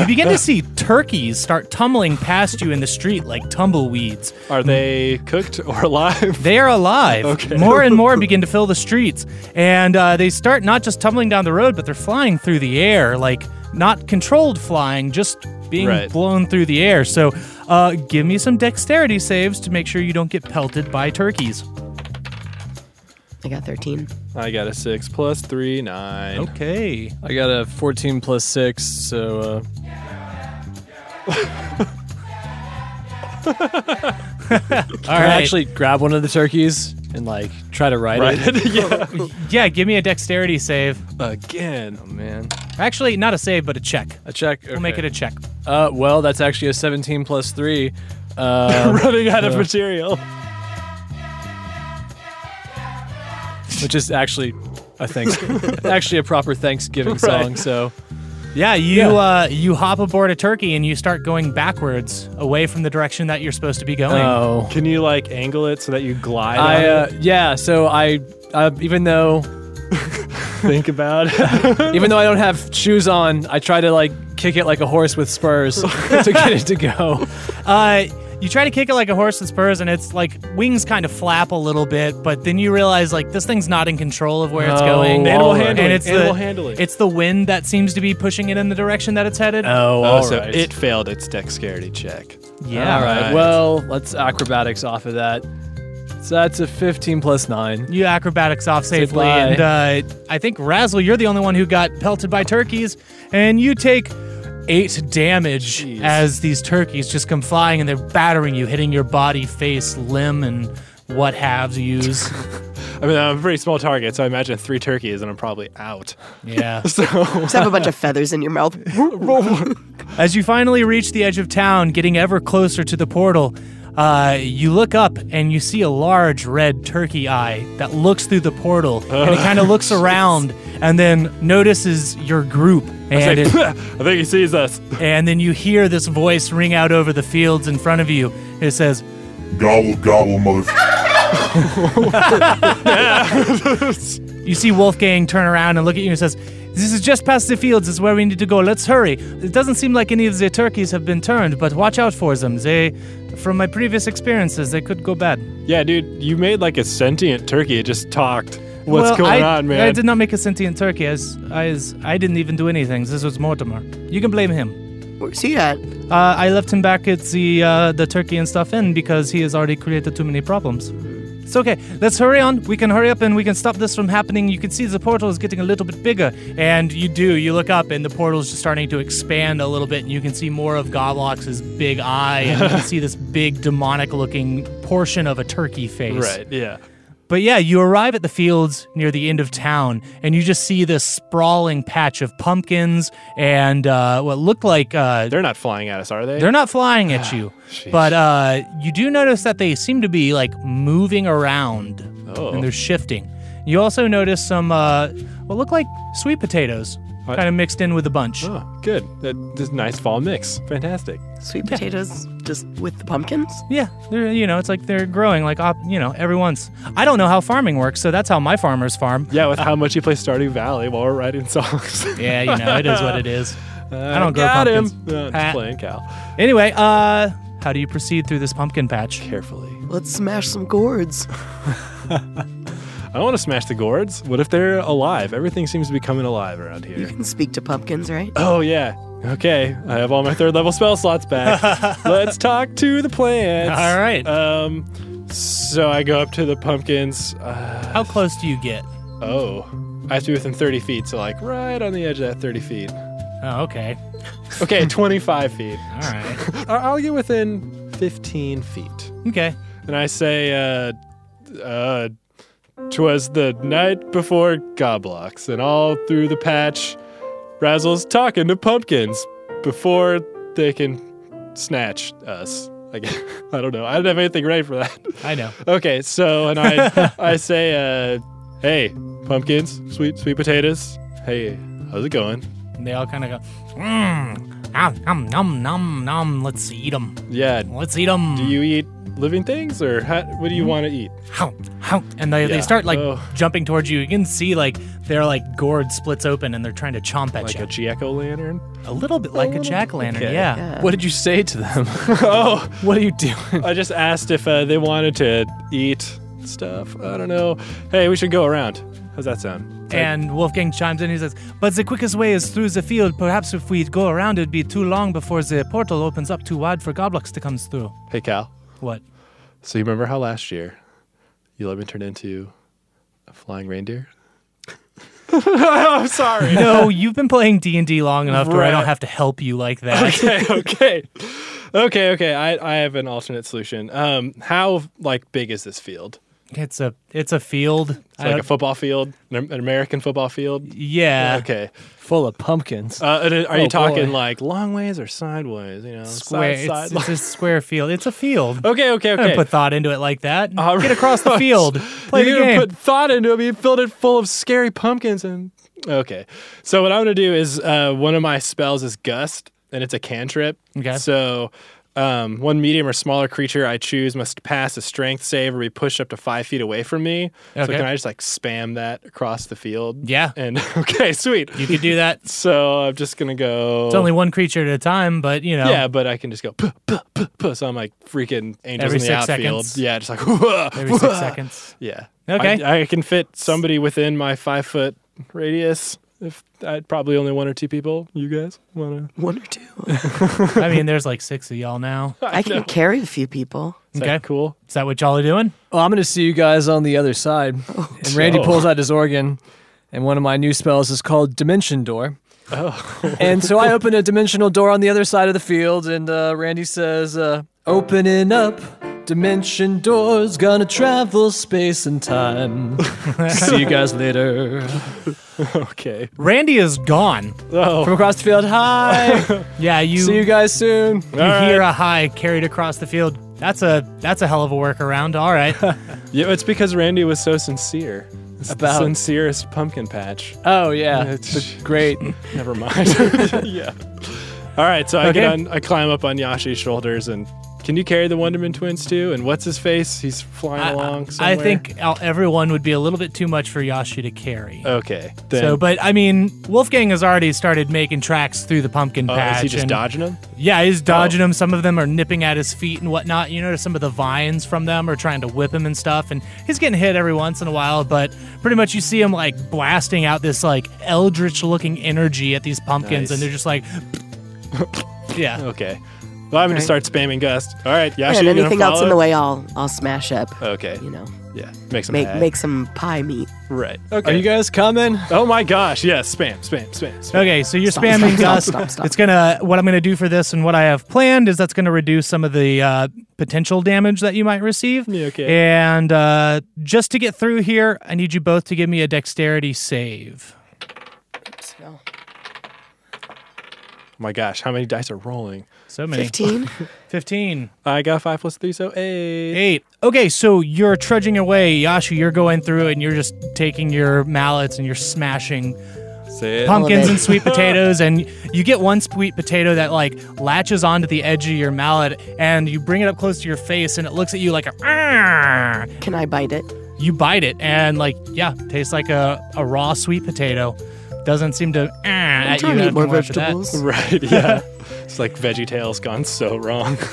Speaker 1: you begin to see turkeys start tumbling past you in the street like tumbleweeds.
Speaker 2: Are they cooked or (laughs) alive?
Speaker 1: They are (laughs) alive.
Speaker 2: Okay.
Speaker 1: More and more begin to fill the streets, and uh, they start not just tumbling down the road, but they're flying through the air, like not controlled flying, just being
Speaker 2: Right.
Speaker 1: blown through the air. So, uh, give me some dexterity saves to make sure you don't get pelted by turkeys.
Speaker 3: I got 13.
Speaker 2: I got a six plus three, nine.
Speaker 1: Okay.
Speaker 4: I got a 14 plus 6, so uh,
Speaker 1: All
Speaker 4: can
Speaker 1: right.
Speaker 4: I actually grab one of the turkeys and like try to ride
Speaker 2: Right? (laughs)
Speaker 4: it?
Speaker 2: yeah.
Speaker 1: yeah, give me a dexterity save.
Speaker 2: Again. Oh, man.
Speaker 1: Actually, not a save, but a check.
Speaker 4: A check.
Speaker 1: We'll make it a check.
Speaker 4: a. Uh, well, that's actually a 17 plus 3. Uh,
Speaker 2: (laughs) Running out of material.
Speaker 4: which is actually a thanks, actually a proper Thanksgiving song. So
Speaker 1: Yeah, you
Speaker 4: Yeah.
Speaker 1: Uh, you hop aboard a turkey and you start going backwards away from the direction that you're supposed to be going.
Speaker 4: oh,
Speaker 2: Can you, like, angle it so that you glide?
Speaker 4: I
Speaker 2: on
Speaker 4: uh, yeah. So I uh, even though
Speaker 2: it? think about (laughs) it.
Speaker 4: even though I don't have shoes on, I try to like kick it like a horse with spurs to get it to go.
Speaker 1: Uh, you try to kick it like a horse with spurs, and it's like wings kind of flap a little bit, but then you realize like this thing's not in control of where it's
Speaker 4: Oh,
Speaker 1: going.
Speaker 4: Animal all right.
Speaker 2: handling,
Speaker 1: And it's
Speaker 2: animal
Speaker 1: the,
Speaker 2: handling.
Speaker 1: It's the wind that seems to be pushing it in the direction that it's headed.
Speaker 4: Oh,
Speaker 2: Oh, so it failed its dexterity check.
Speaker 1: yeah.
Speaker 4: All right.
Speaker 2: Alright.
Speaker 4: Well, let's acrobatics off of that. So that's a 15 plus 9.
Speaker 1: You acrobatics off safely,
Speaker 4: fly.
Speaker 1: and uh, I think Razzle, you're the only one who got pelted by turkeys, and you take eight damage
Speaker 2: Jeez.
Speaker 1: as these turkeys just come flying and they're battering you, hitting your body, face, limb, and what halves you use.
Speaker 2: I mean, I'm a pretty small target, so I imagine three turkeys and I'm probably out. (laughs)
Speaker 1: yeah.
Speaker 3: Just have a bunch of feathers in your mouth.
Speaker 1: As you finally reach the edge of town, getting ever closer to the portal, uh, you look up and you see a large red turkey eye that looks through the portal and it kind of looks around and then notices your group and
Speaker 2: I
Speaker 1: it,
Speaker 2: think he sees us. (laughs)
Speaker 1: and then you hear this voice ring out over the fields in front of you. It says,
Speaker 5: Gobble, gobble, mother.
Speaker 1: "You see Wolfgang turn around and look at you and says." This is just past the fields. Is where we need to go. Let's hurry. It doesn't seem like any of the turkeys have been turned, but watch out for them. They, from my previous experiences, they could go bad.
Speaker 2: Yeah, dude, you made like a sentient turkey. It just talked. What's
Speaker 1: Well,
Speaker 2: going
Speaker 1: I-
Speaker 2: on, man?
Speaker 1: I did not make a sentient turkey. As I, as I didn't even do anything. This was Mortimer. You can blame him.
Speaker 3: Where's he at?
Speaker 1: Uh, I left him back at the uh, the turkey and stuff in because he has already created too many problems. It's okay. Let's hurry on. We can hurry up and we can stop this from happening. You can see the portal is getting a little bit bigger, and you do. You look up, and the portal is just starting to expand a little bit, and you can see more of Goblox's big eye, and
Speaker 2: (laughs)
Speaker 1: you can see this big demonic-looking portion of a turkey face.
Speaker 2: Right, yeah.
Speaker 1: But yeah, you arrive at the fields near the end of town, and you just see this sprawling patch of pumpkins and uh, what look like uh,
Speaker 2: They're not flying at us, are they?
Speaker 1: they're not flying at
Speaker 2: Ah,
Speaker 1: you. but uh, you do notice that they seem to be like moving around
Speaker 2: Oh.
Speaker 1: and they're shifting. You also notice some uh, what look like sweet potatoes
Speaker 2: What?
Speaker 1: kind of mixed in with a bunch.
Speaker 2: Oh, good. That, this nice fall mix. Fantastic.
Speaker 3: Sweet potatoes just with the pumpkins?
Speaker 1: Yeah, they're you know it's like they're growing like op- you know every once. I don't know how farming works, so that's how my farmers
Speaker 2: (laughs)
Speaker 1: farm.
Speaker 2: Yeah, with how much you play Stardew Valley while we're writing (laughs) songs.
Speaker 1: Yeah, you know it is what it is. I don't grow
Speaker 2: (laughs) Got
Speaker 1: pumpkins.
Speaker 2: him. No, I'm
Speaker 1: Ah.
Speaker 2: just playing Cal.
Speaker 1: Anyway, uh, how do you proceed through this pumpkin patch?
Speaker 2: Carefully.
Speaker 3: Let's smash some gourds. (laughs)
Speaker 2: I don't want to smash the gourds. What if they're alive? Everything seems to be coming alive around
Speaker 3: You
Speaker 2: here.
Speaker 3: can speak to pumpkins, right?
Speaker 2: Oh, yeah. Okay, I have all my third level spell slots
Speaker 1: (laughs)
Speaker 2: back. Let's talk to the plants.
Speaker 1: All right.
Speaker 2: Um, so I go up to the pumpkins. Uh,
Speaker 1: How close do you get?
Speaker 2: oh, I have to be within 30 feet, so like right on the edge of that 30 feet.
Speaker 1: Oh, okay. (laughs)
Speaker 2: Okay, 25 feet.
Speaker 1: All (laughs) right.
Speaker 2: I- I'll get within 15 feet.
Speaker 1: Okay.
Speaker 2: And I say, uh, uh, Twas the night before Goblox, and all through the patch, Razzle's talking to pumpkins before they can snatch us. I, guess. (laughs) I don't know. I didn't have anything ready for that. (laughs)
Speaker 1: I know.
Speaker 2: Okay, so and I I say, uh, hey, pumpkins, sweet sweet potatoes. Hey, how's it going?
Speaker 1: And they all kind of go, mmm, nom, nom, nom, nom, nom. Let's eat them.
Speaker 2: Yeah.
Speaker 1: Let's eat them.
Speaker 2: Do you eat living things, or how, what do you want to eat?
Speaker 1: And they,
Speaker 2: Yeah.
Speaker 1: they start like
Speaker 2: Oh.
Speaker 1: jumping towards you. You can see like their like gourd splits open and they're trying to chomp at
Speaker 2: Like
Speaker 1: you.
Speaker 2: a jack o' lantern?
Speaker 1: A, little bit like a jack o' lantern.
Speaker 4: Okay.
Speaker 1: Yeah.
Speaker 4: What did you say to them?
Speaker 2: (laughs) Oh,
Speaker 4: what are you doing?
Speaker 2: I just asked if uh, they wanted to eat stuff. I don't know. Hey, we should go around. How's that sound?
Speaker 1: And Wolfgang chimes in. He says, But the quickest way is through the field. Perhaps if we go around, it'd be too long before the portal opens up too wide for Goblox to come through.
Speaker 2: Hey, Cal.
Speaker 1: What? (laughs)
Speaker 2: So you remember how last year you let me turn into a flying reindeer? (laughs) I'm (laughs) sorry.
Speaker 1: No, you've been playing D&D long enough to where I don't
Speaker 2: Right.
Speaker 1: have to help you like that.
Speaker 2: okay, okay, okay, okay. I I have an alternate solution. Um, how like big is this field?
Speaker 1: (laughs) It's a it's a field.
Speaker 2: It's
Speaker 1: I
Speaker 2: like a
Speaker 1: don't-
Speaker 2: football field, an, an American football field.
Speaker 1: yeah.
Speaker 2: Okay.
Speaker 4: Full of pumpkins.
Speaker 2: Uh, and are
Speaker 4: Oh,
Speaker 2: you talking
Speaker 4: boy.
Speaker 2: like long ways or sideways? You know, side-
Speaker 1: Square.
Speaker 2: side-
Speaker 1: it's, it's a square field. It's a field.
Speaker 2: (laughs) okay, okay,
Speaker 1: I
Speaker 2: okay.
Speaker 1: didn't put thought into it like that.
Speaker 2: (laughs) All
Speaker 1: Get across the
Speaker 2: right.
Speaker 1: field. Play
Speaker 2: you
Speaker 1: the game.
Speaker 2: put thought into it. but You filled it full of scary pumpkins and okay. So what I'm gonna do is uh, one of my spells is gust, and it's a cantrip.
Speaker 1: Okay.
Speaker 2: So. Um, one medium or smaller creature I choose must pass a strength save or be pushed up to five feet away from me. So
Speaker 1: Okay.
Speaker 2: can I just like spam that across the field?
Speaker 1: Yeah.
Speaker 2: And (laughs) okay, sweet.
Speaker 1: you could
Speaker 2: (laughs)
Speaker 1: do that. It's
Speaker 2: So I'm just gonna go.
Speaker 1: only one creature at a time, but you know.
Speaker 2: Yeah, but I can just go puh, puh, puh, puh. So I'm like freaking angels
Speaker 1: Every
Speaker 2: in the
Speaker 1: six
Speaker 2: outfield.
Speaker 1: seconds.
Speaker 2: Yeah, just like (laughs) whoa,
Speaker 1: Every six seconds.
Speaker 2: Yeah.
Speaker 1: Okay.
Speaker 2: I, I can fit somebody within my five foot radius. If I'd probably only one or two people. You guys wanna? (laughs)
Speaker 3: One or two.
Speaker 1: I mean, there's like six of y'all now.
Speaker 3: I can carry a few people.
Speaker 2: Is
Speaker 1: Okay.
Speaker 2: That cool.
Speaker 1: Is that what y'all are doing?
Speaker 4: Well, I'm going to see you guys on the other side. And Randy
Speaker 2: Oh.
Speaker 4: pulls out his organ, and one of my new spells is called Dimension Door. Oh. and so I open a dimensional door on the other side of the field, and uh, Randy says, uh, Opening up, Dimension Door's gonna travel space and time. see you guys later.
Speaker 2: Okay.
Speaker 1: Randy is gone.
Speaker 2: Oh.
Speaker 4: From across the field, hi.
Speaker 1: Yeah, you
Speaker 4: see you guys soon.
Speaker 1: you hear a high carried across the field. That's a that's a hell of a workaround. All right.
Speaker 2: Yeah, it's because Randy was so sincere. It's
Speaker 4: About-
Speaker 2: the sincerest
Speaker 1: (laughs)
Speaker 2: pumpkin patch.
Speaker 4: Oh, yeah.
Speaker 2: It's-
Speaker 4: Great.
Speaker 2: Never mind. (laughs) yeah. All right, so I get
Speaker 1: Okay.
Speaker 2: on, I climb up on Yashi's shoulders, and can you carry the Wonderman twins too? And what's his face? He's flying
Speaker 1: I-
Speaker 2: along. Somewhere.
Speaker 1: (laughs) I think el- everyone would be a little bit too much for Yashi to carry.
Speaker 2: Okay. Then,
Speaker 1: So, but I mean, Wolfgang has already started making tracks through the pumpkin
Speaker 2: oh,
Speaker 1: patch.
Speaker 2: is he just Oh.
Speaker 1: and-
Speaker 2: dodging him?
Speaker 1: Yeah, he's dodging them. Some of them are nipping at his feet and whatnot. You notice some of the vines from them are trying to whip him and stuff. And he's getting hit every once in a while, but pretty much you see him like blasting out this like eldritch looking energy at these pumpkins,
Speaker 2: Nice. Oh,
Speaker 1: and they're just like, (laughs)
Speaker 2: (laughs)
Speaker 1: yeah.
Speaker 2: Okay. Well, I'm gonna start spamming Gust. All right, Yashi,
Speaker 3: and
Speaker 2: you gonna
Speaker 3: anything else in
Speaker 2: follow?
Speaker 3: the way, I'll I'll smash up.
Speaker 2: Okay.
Speaker 3: You know,
Speaker 2: Yeah. Make some
Speaker 3: make
Speaker 2: hay.
Speaker 3: make some pie meat.
Speaker 2: right.
Speaker 4: Are
Speaker 2: Okay.
Speaker 4: you guys coming?
Speaker 2: oh my gosh! Yes. Spam. Spam. Spam. spam.
Speaker 1: Okay, so you're
Speaker 3: Stop,
Speaker 1: spamming
Speaker 3: stop,
Speaker 1: Gust.
Speaker 3: stop, stop, stop.
Speaker 1: It's gonna. What I'm gonna do for this and what I have planned is that's gonna reduce some of the uh, potential damage that you might receive.
Speaker 2: Yeah, okay.
Speaker 1: And uh, just to get through here, I need you both to give me a dexterity save.
Speaker 3: So,
Speaker 2: Oh my gosh! How many dice are rolling?
Speaker 1: So many.
Speaker 3: Fifteen.
Speaker 1: Fifteen.
Speaker 2: I got five plus three, so eight.
Speaker 1: Eight. Okay, so you're trudging away, Yashu. You're going through and you're just taking your mallets and you're smashing
Speaker 2: Say it.
Speaker 1: pumpkins
Speaker 3: Holiday.
Speaker 1: and sweet potatoes and you get one sweet potato that like latches onto the edge of your mallet and you bring it up close to your face and it looks at you like a "Arr!"
Speaker 3: Can I bite it?
Speaker 1: you bite it and like yeah tastes like a, a raw sweet potato doesn't seem to "Arr!"
Speaker 3: I'm
Speaker 1: at you
Speaker 3: trying to eat
Speaker 1: after
Speaker 3: more
Speaker 1: much of that.
Speaker 2: (laughs)
Speaker 3: vegetables.
Speaker 2: Right. Yeah. it's like Veggie Tales gone so wrong. (laughs)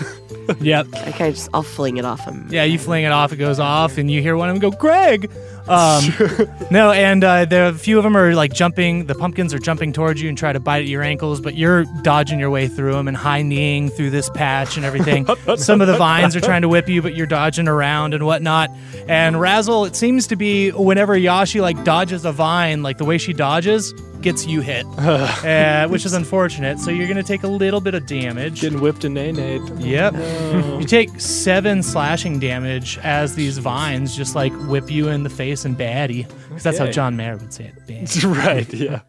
Speaker 1: yep
Speaker 3: I kind of just I'll fling it off him.
Speaker 1: yeah you fling it off it goes off and you hear one of them go greg um, no and uh, there a few of them are like jumping the pumpkins are jumping towards you and try to bite at your ankles but you're dodging your way through them and high-kneeing through this patch and everything some of the vines are trying to whip you but you're dodging around and whatnot and razzle it seems to be whenever yashi like dodges a vine like the way she dodges gets you hit, uh, which is unfortunate. So you're going to take a little bit of damage.
Speaker 2: Getting whipped and nay-nayed.
Speaker 1: Yep. You take seven slashing damage as these vines just like whip you in the face and baddie. Because that's how
Speaker 2: Okay.
Speaker 1: John Mayer would say it. baddie.
Speaker 2: right, yeah.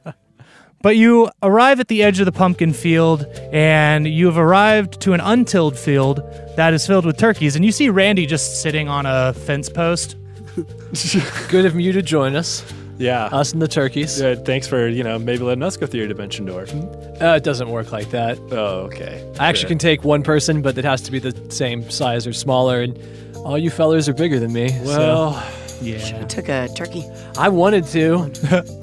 Speaker 1: But you arrive at the edge of the pumpkin field, and you have arrived to an untilled field that is filled with turkeys. And you see Randy just sitting on a fence post.
Speaker 4: Good of you to join us,
Speaker 2: Yeah.
Speaker 4: us and the turkeys.
Speaker 2: Uh, thanks for, you know, maybe letting us go through your dimension door.
Speaker 4: Uh, it doesn't work like that.
Speaker 2: Oh, okay.
Speaker 4: I actually
Speaker 2: Sure.
Speaker 4: can take one person, but it has to be the same size or smaller. And all you fellers are bigger than me. so
Speaker 2: Well,
Speaker 1: Yeah.
Speaker 3: Took a turkey.
Speaker 4: I wanted to.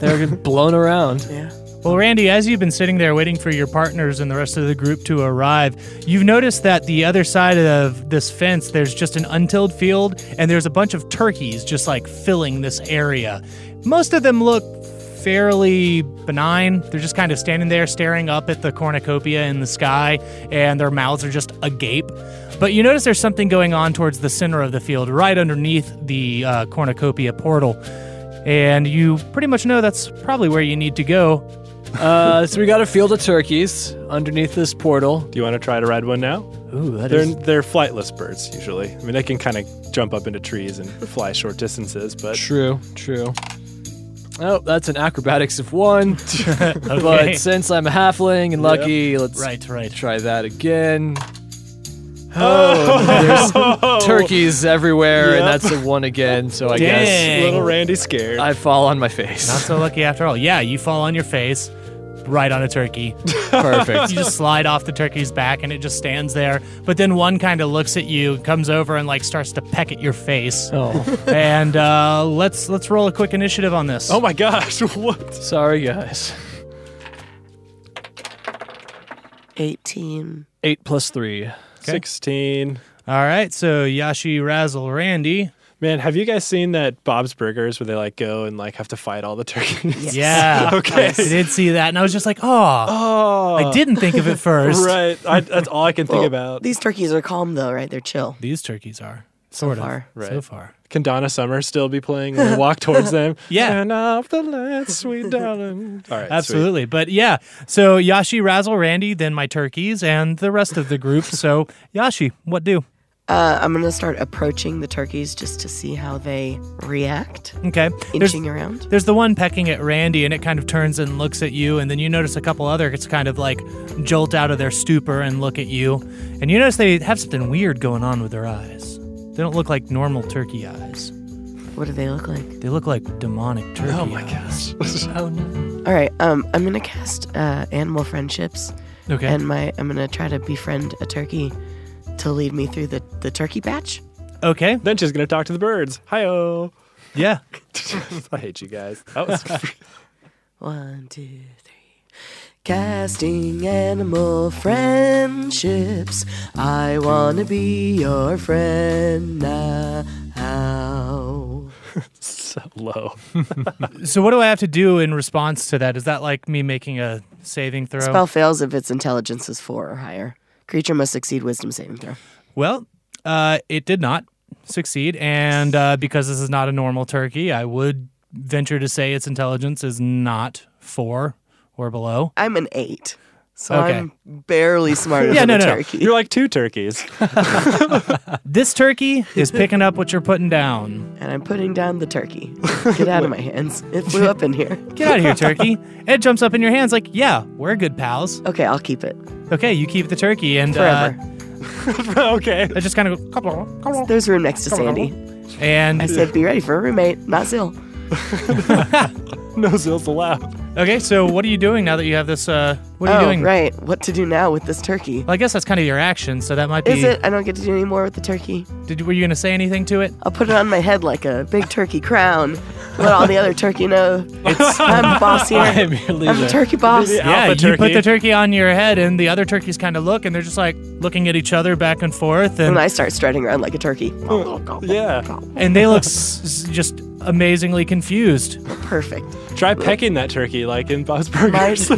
Speaker 4: They're blown around.
Speaker 3: Yeah.
Speaker 1: Well, Randy, as you've been sitting there waiting for your partners and the rest of the group to arrive, you've noticed that the other side of this fence, there's just an untilled field, and there's a bunch of turkeys just like filling this area. Most of them look fairly benign. They're just kind of standing there staring up at the cornucopia in the sky, and their mouths are just agape. But you notice there's something going on towards the center of the field, right underneath the uh, cornucopia portal. And you pretty much know that's probably where you need to go.
Speaker 4: Uh, so we got a field of turkeys underneath this portal.
Speaker 2: do you want to try to ride one now?
Speaker 4: Ooh, that
Speaker 2: They're
Speaker 4: is-
Speaker 2: they're flightless birds usually. I mean, they can kind of jump up into trees (laughs) and fly short distances, but
Speaker 4: True, true. Oh, that's an acrobatics of one. But since I'm a halfling and lucky, let's
Speaker 1: Right, right.
Speaker 4: try that again. Oh, there's turkeys everywhere,
Speaker 2: Yep.
Speaker 4: and that's a one again. So I guess
Speaker 1: Dang.
Speaker 2: little Randy scared.
Speaker 4: I fall on my face. (laughs)
Speaker 1: Not so lucky after all. Yeah, you fall on your face, right on a turkey.
Speaker 4: perfect.
Speaker 1: You
Speaker 2: (laughs)
Speaker 1: just slide off the turkey's back and it just stands there. But then one kind of looks at you, comes over and like starts to peck at your face.
Speaker 4: oh,
Speaker 1: And uh, let's let's roll a quick initiative on this.
Speaker 2: oh my gosh, (laughs) what?
Speaker 4: (laughs) sorry guys.
Speaker 3: 18.
Speaker 4: Eight plus three.
Speaker 2: Sixteen.
Speaker 1: All right, so Yashi, Razzle, Randy.
Speaker 2: Man, have you guys seen that Bob's Burgers where they like go and like have to fight all the turkeys?
Speaker 1: Yeah.
Speaker 2: Okay.
Speaker 1: I did see that, and I was just like, oh,
Speaker 2: (laughs) Oh, (laughs)
Speaker 1: I didn't think of it first.
Speaker 2: right. I, that's all I can (laughs) think about.
Speaker 3: These turkeys are calm though, right? They're chill.
Speaker 1: These turkeys are sort of
Speaker 3: far.
Speaker 1: so far.
Speaker 2: Can Donna Summer still be playing when we (laughs) walk towards them?
Speaker 1: Yeah.
Speaker 2: Turn off the lights, (laughs) sweet darling. All right. sweet.
Speaker 1: Absolutely. But yeah, so Yashi, Razzle, Randy, then my turkeys, and the rest of the
Speaker 2: (laughs)
Speaker 1: group. So, Yashi, what do?
Speaker 3: Uh, I'm gonna start approaching the turkeys just to see how they react,
Speaker 1: Okay. (laughs) There's,
Speaker 3: inching around.
Speaker 1: there's the one pecking at Randy, and it kind of turns and looks at you. And then you notice a couple other it's kind of like jolt out of their stupor and look at you. And you notice they have something weird going on with their eyes. They don't look like normal turkey eyes,
Speaker 3: What do they look like?
Speaker 1: they look like demonic turkey
Speaker 2: Oh my
Speaker 1: eyes.
Speaker 2: gosh.
Speaker 4: Oh no.
Speaker 3: All right, um, I'm gonna cast uh, animal friendships,
Speaker 1: Okay.
Speaker 3: and my I'm gonna try to befriend a turkey to lead me through the the turkey patch.
Speaker 1: okay.
Speaker 2: Then she's gonna talk to the birds. Hi-oh.
Speaker 3: (laughs)
Speaker 1: Yeah.
Speaker 2: (laughs) I hate you guys. That (laughs) was
Speaker 3: One, two, three. Casting animal friendships. I wanna be your friend now.
Speaker 2: so low.
Speaker 1: So, what do I have to do in response to that? Is that like me making a saving throw?
Speaker 3: Spell fails if its intelligence is four or higher. Creature must succeed wisdom saving throw.
Speaker 1: Well, uh, it did not succeed, and uh, because this is not a normal turkey, I would venture to say its intelligence is not four or below.
Speaker 3: I'm an eight, so
Speaker 1: Okay.
Speaker 3: I'm
Speaker 1: (laughs)
Speaker 3: barely smarter
Speaker 1: Yeah,
Speaker 3: than
Speaker 1: no,
Speaker 3: a
Speaker 1: no, no.
Speaker 3: turkey.
Speaker 2: You're like two (laughs) turkeys.
Speaker 1: This turkey is picking up what you're putting down.
Speaker 3: And I'm putting down the turkey. Get out of my hands. It flew up in here.
Speaker 1: Get out of here,
Speaker 3: (laughs)
Speaker 1: turkey! It jumps up in your hands like, yeah, we're good pals.
Speaker 3: Okay, I'll keep it
Speaker 1: Okay, you keep the turkey, and uh,
Speaker 3: forever.
Speaker 2: okay.
Speaker 1: it just kind of go,
Speaker 3: There's room next to Sandy.
Speaker 1: and
Speaker 3: I said, be ready for a roommate, not Zill.
Speaker 2: No zills allowed.
Speaker 1: okay. So, what are you doing now that you have this? Uh, what are
Speaker 3: Oh,
Speaker 1: you doing?
Speaker 3: right. What to do now with this turkey?
Speaker 1: Well, I guess that's kind of your action, so that might be.
Speaker 3: Is it? I don't get to do any more with the turkey.
Speaker 1: Did were you gonna say anything to it?
Speaker 3: I'll put it on my head like a big turkey crown. Let all the other turkey
Speaker 1: (laughs)
Speaker 3: know I'm the boss here. (laughs)
Speaker 4: I'm
Speaker 3: I'm,
Speaker 4: your leader.
Speaker 3: the turkey boss.
Speaker 2: Yeah.
Speaker 1: Yeah,
Speaker 2: Alpha
Speaker 1: you put
Speaker 2: turkey.
Speaker 1: the turkey on your head, and the other turkeys kind of look, and they're just like looking at each other back and forth,
Speaker 3: And
Speaker 1: and
Speaker 3: I start strutting around like a turkey.
Speaker 1: Oh.
Speaker 2: Yeah.
Speaker 1: and they look s- s- just amazingly confused.
Speaker 3: Oh, Perfect.
Speaker 2: Try pecking that turkey like in Bob's
Speaker 1: (laughs)
Speaker 2: Burgers.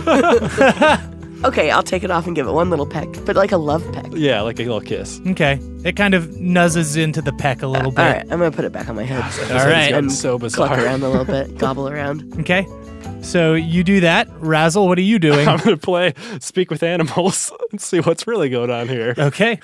Speaker 3: Okay, I'll take it off and give it one little peck, but like a love peck.
Speaker 2: (laughs) yeah, like a little kiss.
Speaker 1: Okay, it kind of nuzzes into the peck a little
Speaker 3: All
Speaker 1: bit. (laughs)
Speaker 3: right, I'm gonna put it back on my head.
Speaker 1: All right.
Speaker 2: It's gotten
Speaker 3: And
Speaker 2: so
Speaker 3: cluck
Speaker 2: bizarre.
Speaker 3: around a little bit, gobble around.
Speaker 1: Okay, So you do that. Razzle, what are you doing?
Speaker 2: I'm gonna (laughs) play Speak with Animals (laughs) and see what's really going on here.
Speaker 1: okay.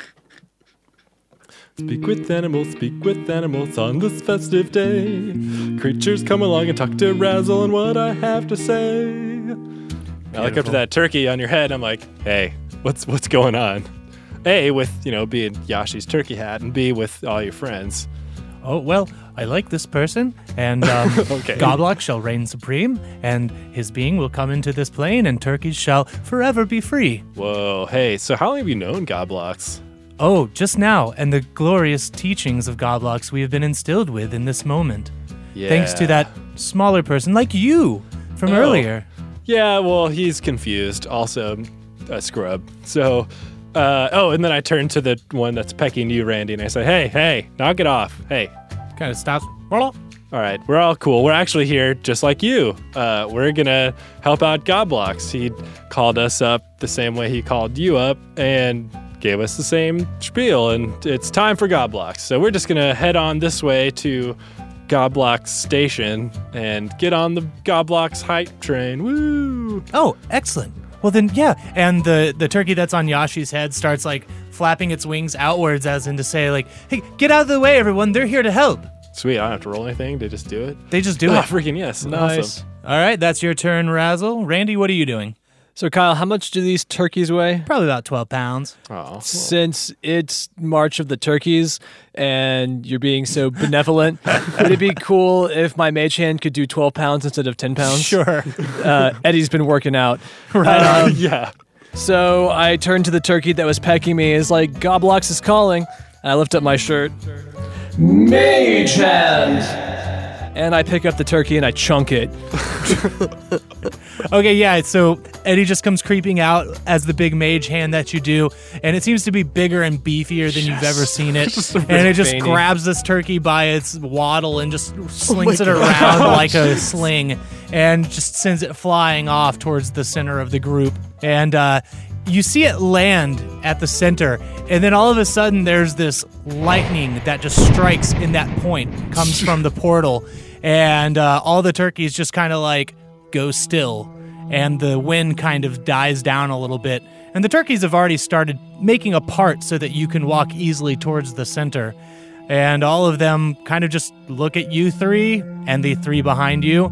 Speaker 2: Speak with animals, speak with animals on this festive day. Creatures come along and talk to Razzle and what I have to say. I look up to
Speaker 1: Beautiful.
Speaker 2: that turkey on your head. I'm like, hey, what's what's going on? A with you know being Yashi's turkey hat, and B with all your friends.
Speaker 1: Oh, well, I like this person, and um,
Speaker 2: (laughs) Okay.
Speaker 1: Goblock shall reign supreme, and his being will come into this plane, and turkeys shall forever be free.
Speaker 2: Whoa, hey, so how long have you known Goblocks?
Speaker 1: Oh, just now, and the glorious teachings of Goblox we have been instilled with in this moment.
Speaker 2: Yeah.
Speaker 1: Thanks to that smaller person like you from earlier.
Speaker 2: Yeah, well, he's confused. Also, a scrub. So, uh, oh, and then I turn to the one that's pecking you, Randy, and I say, hey, hey, knock it off. Hey,
Speaker 1: Kind of stops.
Speaker 2: all right, we're all cool. We're actually here just like you. Uh, we're going to help out Goblocks. He called us up the same way he called you up and gave us the same spiel, and it's time for Goblocks. So, we're just going to head on this way to. Goblocks Station and get on the Goblocks hype train. Woo!
Speaker 1: Oh, excellent. Well then, yeah. And the the turkey that's on Yashi's head starts like flapping its wings outwards, as in to say, like, "Hey, get out of the way, everyone! They're here to help."
Speaker 2: Sweet, I don't have to roll anything. They just do it.
Speaker 1: They just do (laughs)
Speaker 2: Ah,
Speaker 1: it.
Speaker 2: freaking yes.
Speaker 4: Nice.
Speaker 2: Awesome.
Speaker 1: All right, that's your turn, Razzle. Randy, what are you doing?
Speaker 4: So, Kyle, how much do these turkeys weigh?
Speaker 1: Probably about twelve pounds.
Speaker 2: Aw.
Speaker 4: Since it's March of the Turkeys and you're being so benevolent, would it be cool if my mage hand could do 12 pounds instead of 10 pounds?
Speaker 1: (laughs) Sure.
Speaker 4: Uh, Eddie's been working out.
Speaker 1: (laughs)
Speaker 4: Um,
Speaker 1: Right.
Speaker 2: yeah.
Speaker 4: So I turned to the turkey that was pecking me. Is like Goblox is calling. And I lift up my shirt. Mage hand. And I pick up the turkey and I
Speaker 1: (laughs)
Speaker 4: chunk it.
Speaker 1: okay, yeah. So Eddie just comes creeping out as the big mage hand that you do, and it seems to be bigger and beefier than you've ever seen it. and it just
Speaker 4: veiny.
Speaker 1: grabs this turkey by its waddle and just slings it
Speaker 3: God.
Speaker 1: around like a sling, and just sends it flying off towards the center of the group. And uh, you see it land at the center, and then all of a sudden there's this lightning that just strikes in that point, comes from the portal, and uh, all the turkeys just kind of like go still and the wind kind of dies down a little bit. And the turkeys have already started making a part so that you can walk easily towards the center. And all of them kind of just look at you three and the three behind you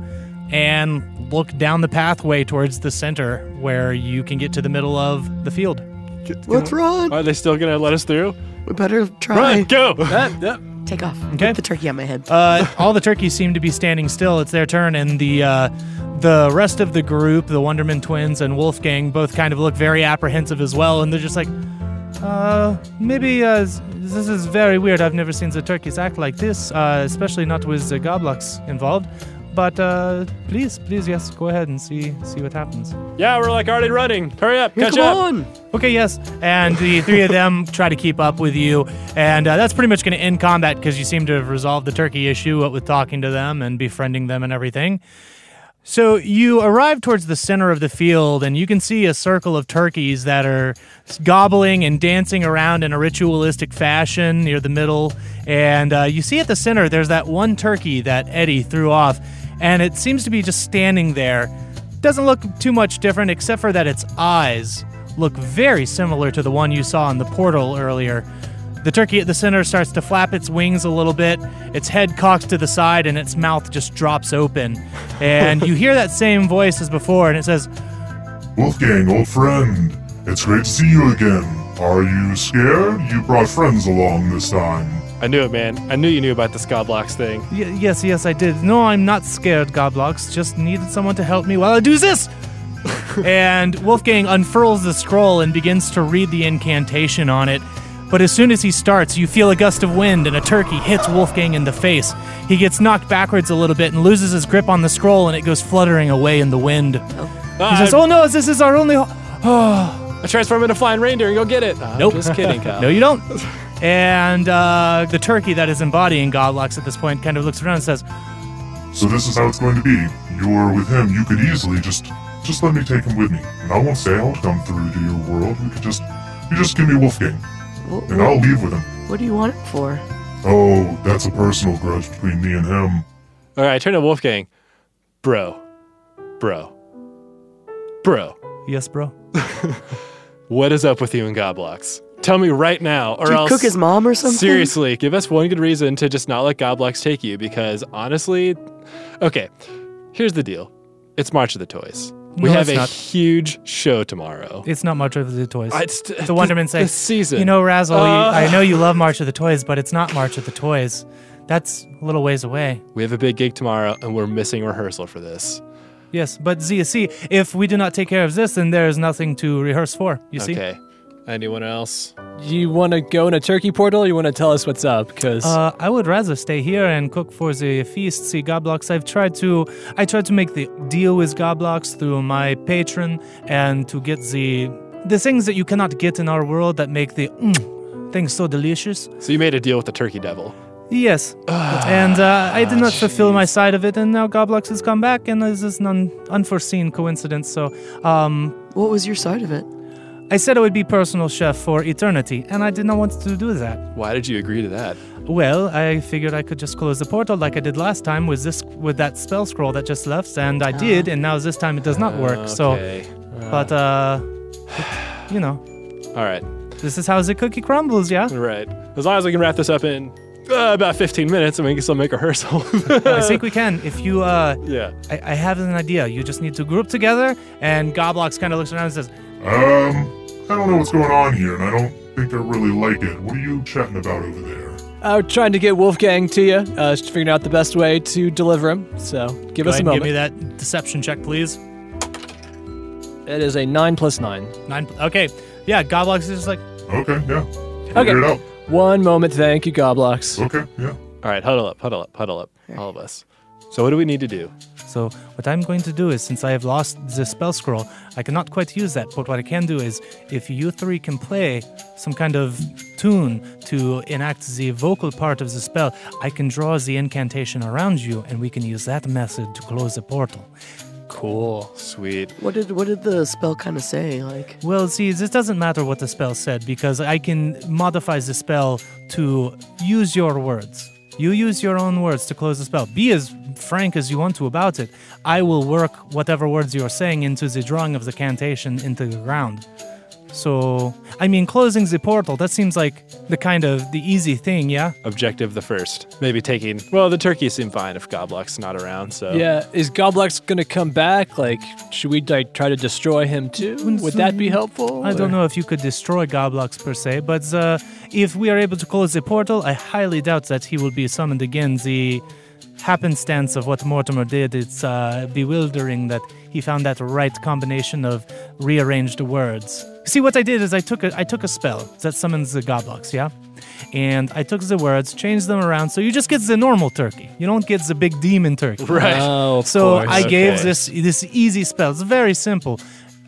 Speaker 1: and look down the pathway towards the center where you can get to the middle of the field.
Speaker 3: Let's run.
Speaker 2: Are they still going to let us through?
Speaker 3: We better
Speaker 2: Run,
Speaker 3: try.
Speaker 2: go.
Speaker 4: Ah, ah.
Speaker 3: Take off.
Speaker 1: Okay.
Speaker 3: Put the turkey on my head.
Speaker 1: Uh, all the turkeys seem to be standing still. It's their turn, and the uh, the rest of the group, the Wonderman twins and Wolfgang, both kind of look very apprehensive as well, and they're just like, uh, maybe uh, s- this is very weird. I've never seen the turkeys act like this, uh, especially not with the goblocks involved. But uh, please, please, yes, go ahead and see see what happens.
Speaker 2: yeah, we're like already running. Hurry up. catch
Speaker 3: Come
Speaker 2: up.
Speaker 3: on.
Speaker 1: Okay, yes. And the three of them try to keep up with you. And uh, that's pretty much going to end combat because you seem to have resolved the turkey issue uh, with talking to them and befriending them and everything. So you arrive towards the center of the field, and you can see a circle of turkeys that are gobbling and dancing around in a ritualistic fashion near the middle. And uh, you see at the center, there's that one turkey that Eddie threw off, and it seems to be just standing there. Doesn't look too much different, except for that its eyes look very similar to the one you saw in the portal earlier. The turkey at the center starts to flap its wings a little bit. Its head cocks to the side and its mouth just drops open. And you hear that same voice as before, and it says,
Speaker 5: Wolfgang, old friend, it's great to see you again. Are you scared? You brought friends along this time.
Speaker 2: I knew it, man. I knew you knew about the Skyblocks thing.
Speaker 1: y- Yes, yes, I did. No, I'm not scared, Goblox. Just needed someone to help me while I do this. and Wolfgang unfurls the scroll and begins to read the incantation on it. But as soon as he starts, you feel a gust of wind and a turkey hits Wolfgang in the face. He gets knocked backwards a little bit and loses his grip on the scroll, and it goes fluttering away in the wind. He says,
Speaker 2: I,
Speaker 1: "Oh no, this is our only." ho-
Speaker 2: I transform into flying reindeer and go get it. I'm
Speaker 1: Nope.
Speaker 2: Just (laughs) kidding, Kyle.
Speaker 1: No, you don't. And uh, the turkey that is embodying Godlocks at this point kind of looks around and says,
Speaker 5: So this is how it's going to be. You're with him. You could easily just, just let me take him with me, and I won't say I'll come through to your world. You could just, you just give me Wolfgang,
Speaker 3: Wh-
Speaker 5: and I'll leave with him.
Speaker 3: What do you want it for?
Speaker 5: Oh, that's a personal grudge between me and him.
Speaker 2: All right, turn to Wolfgang. Bro, Bro. Bro.
Speaker 1: Yes, bro.
Speaker 2: What is up with you and Goblocks? Tell me right now, or
Speaker 3: Did you
Speaker 2: else.
Speaker 3: cook his mom or something?
Speaker 2: Seriously, give us one good reason to just not let Goblocks take you because honestly, okay, here's the deal. It's March of the Toys. We
Speaker 1: No,
Speaker 2: have
Speaker 1: it's
Speaker 2: a
Speaker 1: not.
Speaker 2: huge show tomorrow.
Speaker 1: It's not March of the Toys.
Speaker 2: I- it's-
Speaker 1: the Wonderman say,
Speaker 2: this season.
Speaker 1: You know, Razzle, you-
Speaker 2: Uh.
Speaker 1: I know you love March of the Toys, but it's not March of the Toys. That's a little ways away.
Speaker 2: We have a big gig tomorrow and we're missing rehearsal for this.
Speaker 1: Yes, but ZSC, if we do not take care of this, then there is nothing to rehearse for. You see?
Speaker 2: Okay. Anyone else?
Speaker 4: You want to go in a turkey portal? Or you want to tell us what's up? Because
Speaker 1: Uh, I would rather stay here and cook for the feast. See, Goblocks, I've tried to, I tried to make the deal with Goblocks through my patron and to get the, the things that you cannot get in our world that make the mm, things so delicious.
Speaker 2: So you made a deal with the turkey devil.
Speaker 1: Yes, and uh, I did not fulfill my side of it, and now Goblox has come back, and this is an un- unforeseen coincidence. So, um,
Speaker 3: What was your side of it?
Speaker 1: I said I would be personal chef for eternity, and I did not want to do that.
Speaker 2: Why did you agree to that?
Speaker 1: Well, I figured I could just close the portal like I did last time with this with that spell scroll that just left, and I did, and now this time it does not work.
Speaker 4: Oh.
Speaker 1: So,
Speaker 2: Okay.
Speaker 1: but uh, it- you know,
Speaker 2: All right.
Speaker 1: this is how the cookie crumbles, yeah.
Speaker 2: All right. As long as we can wrap this up in uh, about 15 minutes and we can still make rehearsal. (laughs)
Speaker 1: I think we can if you uh.
Speaker 2: yeah.
Speaker 1: I, I have an idea. You just need to group together, and Goblox kind of looks around and says,
Speaker 5: Um, I don't know what's going on here, and I don't think I really like it. What are you chatting about over there?
Speaker 4: I'm trying to get Wolfgang to you, uh, just figuring out the best way to deliver him. So give
Speaker 1: Go
Speaker 4: us
Speaker 1: ahead
Speaker 4: a
Speaker 1: and give
Speaker 4: moment.
Speaker 1: me that deception check, please.
Speaker 4: It is a nine plus nine.
Speaker 1: Nine. Okay. Yeah, Goblox is just like,
Speaker 5: Okay, yeah. Figure
Speaker 4: Okay.
Speaker 5: it out.
Speaker 4: One moment, thank you, Goblox.
Speaker 5: Okay, yeah.
Speaker 2: All right. Huddle up. Huddle up. Huddle up. All of us. So what do we need to do?
Speaker 1: So, what I'm going to do is, since I have lost the spell scroll, I cannot quite use that. But what I can do is, if you three can play some kind of tune to enact the vocal part of the spell, I can draw the incantation around you, and we can use that method to close the portal.
Speaker 2: Cool. Sweet.
Speaker 3: What did what did the spell kind of say? Like,
Speaker 1: Well, see, this doesn't matter what the spell said because I can modify the spell to use your words. You use your own words to close the spell. Be as frank as you want to about it. I will work whatever words you are saying into the drawing of the cantation into the ground. So, I mean, closing the portal, that seems like the kind of the easy thing, yeah?
Speaker 2: Objective the first. Maybe taking. Well, the turkeys seem fine if Goblock's not around. So
Speaker 4: Yeah, is Goblox gonna come back? Like, should we like try to destroy him too? Would that be helpful?
Speaker 1: I
Speaker 4: or-
Speaker 1: don't know if you could destroy Goblox per se, but uh, if we are able to close the portal, I highly doubt that he will be summoned again. The happenstance of what Mortimer did, it's uh, bewildering that he found that right combination of rearranged words. See, what I did is I took a, I took a spell that summons the Goblox, yeah? And I took the words, changed them around, so you just get the normal turkey. You don't get the big demon turkey.
Speaker 2: Right.
Speaker 4: Oh, of
Speaker 1: So
Speaker 4: course.
Speaker 1: I gave
Speaker 2: Okay.
Speaker 1: this this easy spell. It's very simple.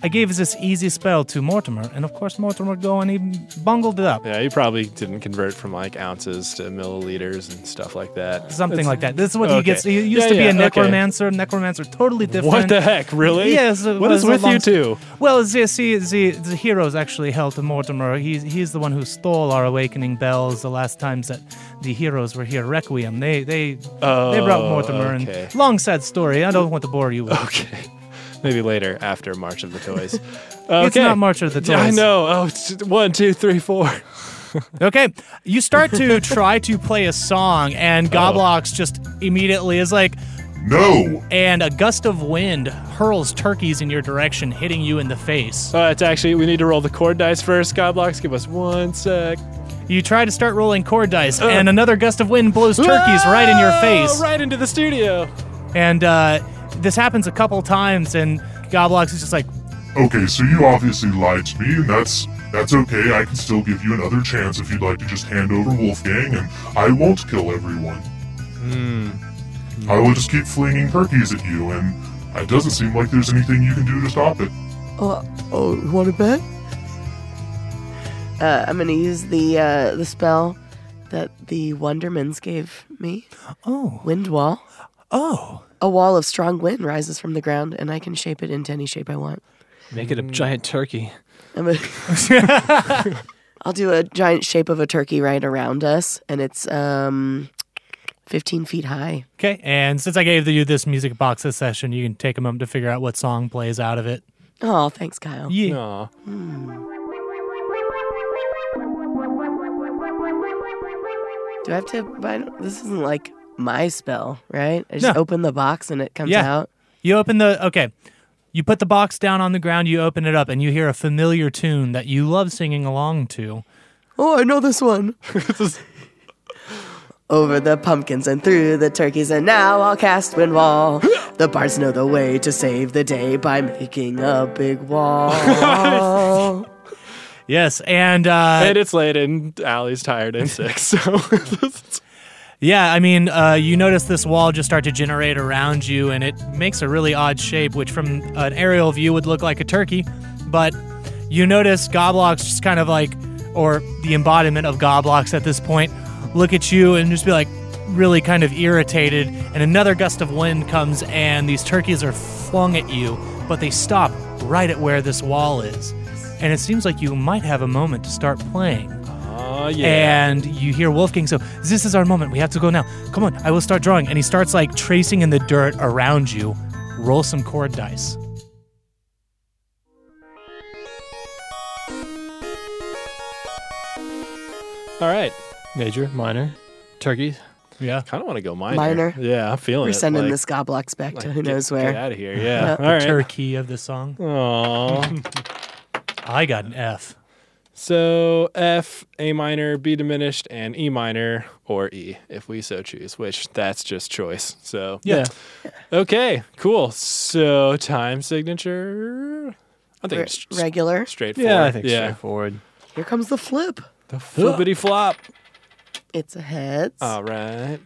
Speaker 1: I gave this easy spell to Mortimer, and of course Mortimer go and he bungled it up,
Speaker 2: Yeah, you probably didn't convert from like ounces to milliliters and stuff like that.
Speaker 1: something like that. This is what he
Speaker 2: okay.
Speaker 1: gets. He used
Speaker 2: Yeah,
Speaker 1: to be
Speaker 2: yeah,
Speaker 1: a
Speaker 2: okay.
Speaker 1: necromancer. Necromancer totally different.
Speaker 2: What the heck, really?
Speaker 1: Yes. it
Speaker 2: What is
Speaker 1: was a
Speaker 2: with
Speaker 1: long
Speaker 2: you
Speaker 1: s-
Speaker 2: two?
Speaker 1: Well, the, see, the, the heroes actually helped Mortimer. He's, he's the one who stole our awakening bells the last times that the heroes were here. Requiem. They they they brought
Speaker 2: Oh,
Speaker 1: Mortimer.
Speaker 2: okay.
Speaker 1: And long sad story. I don't want to bore you with. it.
Speaker 2: Okay. (laughs) Maybe later after March of the Toys.
Speaker 1: (laughs)
Speaker 2: okay.
Speaker 1: It's not March of the Toys.
Speaker 2: Yeah, I know. Oh, it's just one, two, three, four.
Speaker 1: Okay, you start to try to play a song, and Goblox just immediately is like,
Speaker 5: No!
Speaker 1: and a gust of wind hurls turkeys in your direction, hitting you in the face.
Speaker 2: Uh, it's actually, we need to roll the chord dice first. Godblocks, give us one sec.
Speaker 1: You try to start rolling chord dice, and another gust of wind blows turkeys
Speaker 2: Ah,
Speaker 1: right in your
Speaker 2: Whoa,
Speaker 1: face.
Speaker 2: Right into the studio.
Speaker 1: And uh, this happens a couple times, and Goblox is just like,
Speaker 5: Okay, so you obviously lied to me, and that's that's okay. I can still give you another chance if you'd like to just hand over Wolfgang, and I won't kill everyone. I will just keep flinging turkeys at you, and it doesn't seem like there's anything you can do to stop it.
Speaker 3: oh, oh, you want to bet? Uh, I'm gonna use the uh, the spell that the Wondermans gave me.
Speaker 1: oh,
Speaker 3: Wind wall.
Speaker 1: oh. (laughs)
Speaker 3: A wall of strong wind rises from the ground, and I can shape it into any shape I want.
Speaker 4: Make it a giant turkey.
Speaker 3: I'm a- (laughs) I'll do a giant shape of a turkey right around us, and it's um, 15 feet high.
Speaker 1: Okay, and since I gave you this music box this session, you can take a moment to figure out what song plays out of it.
Speaker 3: Oh, thanks, Kyle.
Speaker 1: Yeah.
Speaker 2: Aw.
Speaker 3: Do I have to buy? This isn't like my spell, right? I just
Speaker 1: No.
Speaker 3: open the box and it comes
Speaker 1: Yeah.
Speaker 3: out.
Speaker 1: You open the okay. You put the box down on the ground, you open it up, and you hear a familiar tune that you love singing along to.
Speaker 3: Oh, I know this
Speaker 2: (laughs)
Speaker 3: one. Over the pumpkins and through the turkeys, and now I'll cast wind wall. The bards know the way to save the day by making a big
Speaker 2: (laughs)
Speaker 3: wall.
Speaker 1: Yes, and uh,
Speaker 2: and it's late, and Allie's
Speaker 1: (laughs)
Speaker 2: tired and sick. So (laughs)
Speaker 1: yeah, I mean, uh, you notice this wall just start to generate around you, and it makes a really odd shape, which from an aerial view would look like a turkey, but you notice Goblox just kind of like, or the embodiment of Goblox at this point, look at you and just be like really kind of irritated. And another gust of wind comes, and these turkeys are flung at you, but they stop right at where this wall is. And it seems like you might have a moment to start playing.
Speaker 2: oh
Speaker 1: And you hear Wolfgang so this is our moment. We have to go now. Come on, I will start drawing. And he starts like tracing in the dirt around you. Roll some chord dice.
Speaker 2: All right.
Speaker 4: Major, minor, turkey.
Speaker 1: Yeah.
Speaker 2: Kind of want to go minor.
Speaker 3: Minor.
Speaker 2: Yeah, I'm feeling
Speaker 3: We're
Speaker 2: it.
Speaker 3: sending
Speaker 2: like,
Speaker 3: this goblox back to
Speaker 2: like,
Speaker 3: who
Speaker 2: get-
Speaker 3: knows
Speaker 2: Get
Speaker 3: where.
Speaker 2: out
Speaker 3: (laughs)
Speaker 2: of here. Yeah.
Speaker 3: Yep.
Speaker 2: All right.
Speaker 1: Turkey of the song.
Speaker 2: Aw.
Speaker 1: I got an F.
Speaker 2: So F, A minor, B diminished, and E minor, or E if we so choose, which that's just choice. So
Speaker 1: Yeah.
Speaker 2: Okay, cool. So time signature. I think
Speaker 3: Re-
Speaker 2: it's s-
Speaker 3: regular.
Speaker 2: straightforward.
Speaker 4: Yeah, I think
Speaker 2: yeah.
Speaker 4: straightforward.
Speaker 3: Here comes the flip.
Speaker 2: The flippity flop.
Speaker 3: It's a heads.
Speaker 2: All right.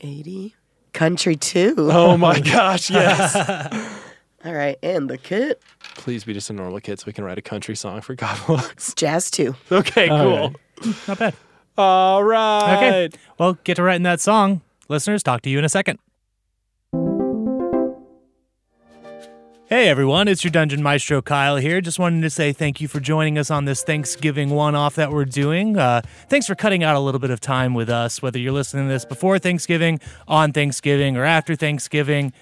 Speaker 3: 80. Country 2.
Speaker 2: Oh my gosh, yes.
Speaker 3: All right. And the kit.
Speaker 2: Please be just a normal kid so we can write a country song for (laughs) Godlocks.
Speaker 3: Jazz 2.
Speaker 2: Okay, cool.
Speaker 1: Not bad.
Speaker 2: All right.
Speaker 1: Okay. Well, get to writing that song. Listeners, talk to you in a second. Hey everyone, it's your Dungeon Maestro Kyle here. Just wanted to say thank you for joining us on this Thanksgiving one off that we're doing. Uh, thanks for cutting out a little bit of time with us, whether you're listening to this before Thanksgiving, on Thanksgiving, or after Thanksgiving.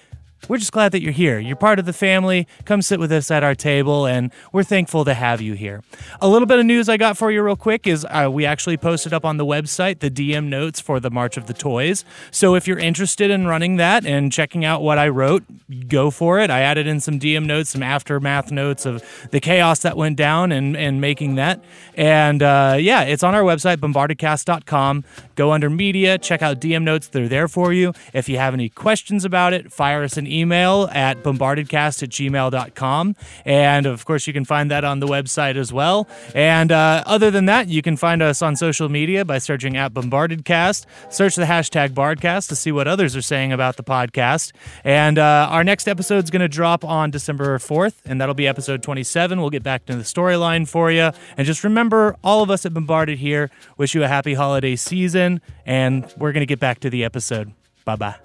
Speaker 1: We're just glad that you're here. You're part of the family. Come sit with us at our table, and we're thankful to have you here. A little bit of news I got for you, real quick, is uh, we actually posted up on the website the DM notes for the March of the Toys. So if you're interested in running that and checking out what I wrote, go for it. I added in some DM notes, some aftermath notes of the chaos that went down and, and making that. And uh, yeah, it's on our website, bombardedcast.com. Go under media, check out DM notes. They're there for you. If you have any questions about it, fire us an email at bombardedcast at gmail.com. And of course, you can find that on the website as well. And uh, other than that, you can find us on social media by searching at bombardedcast. Search the hashtag bardcast to see what others are saying about the podcast. And uh, our next episode is going to drop on December 4th, and that'll be episode 27. We'll get back to the storyline for you. And just remember, all of us at Bombarded here wish you a happy holiday season, and we're going to get back to the episode. Bye bye.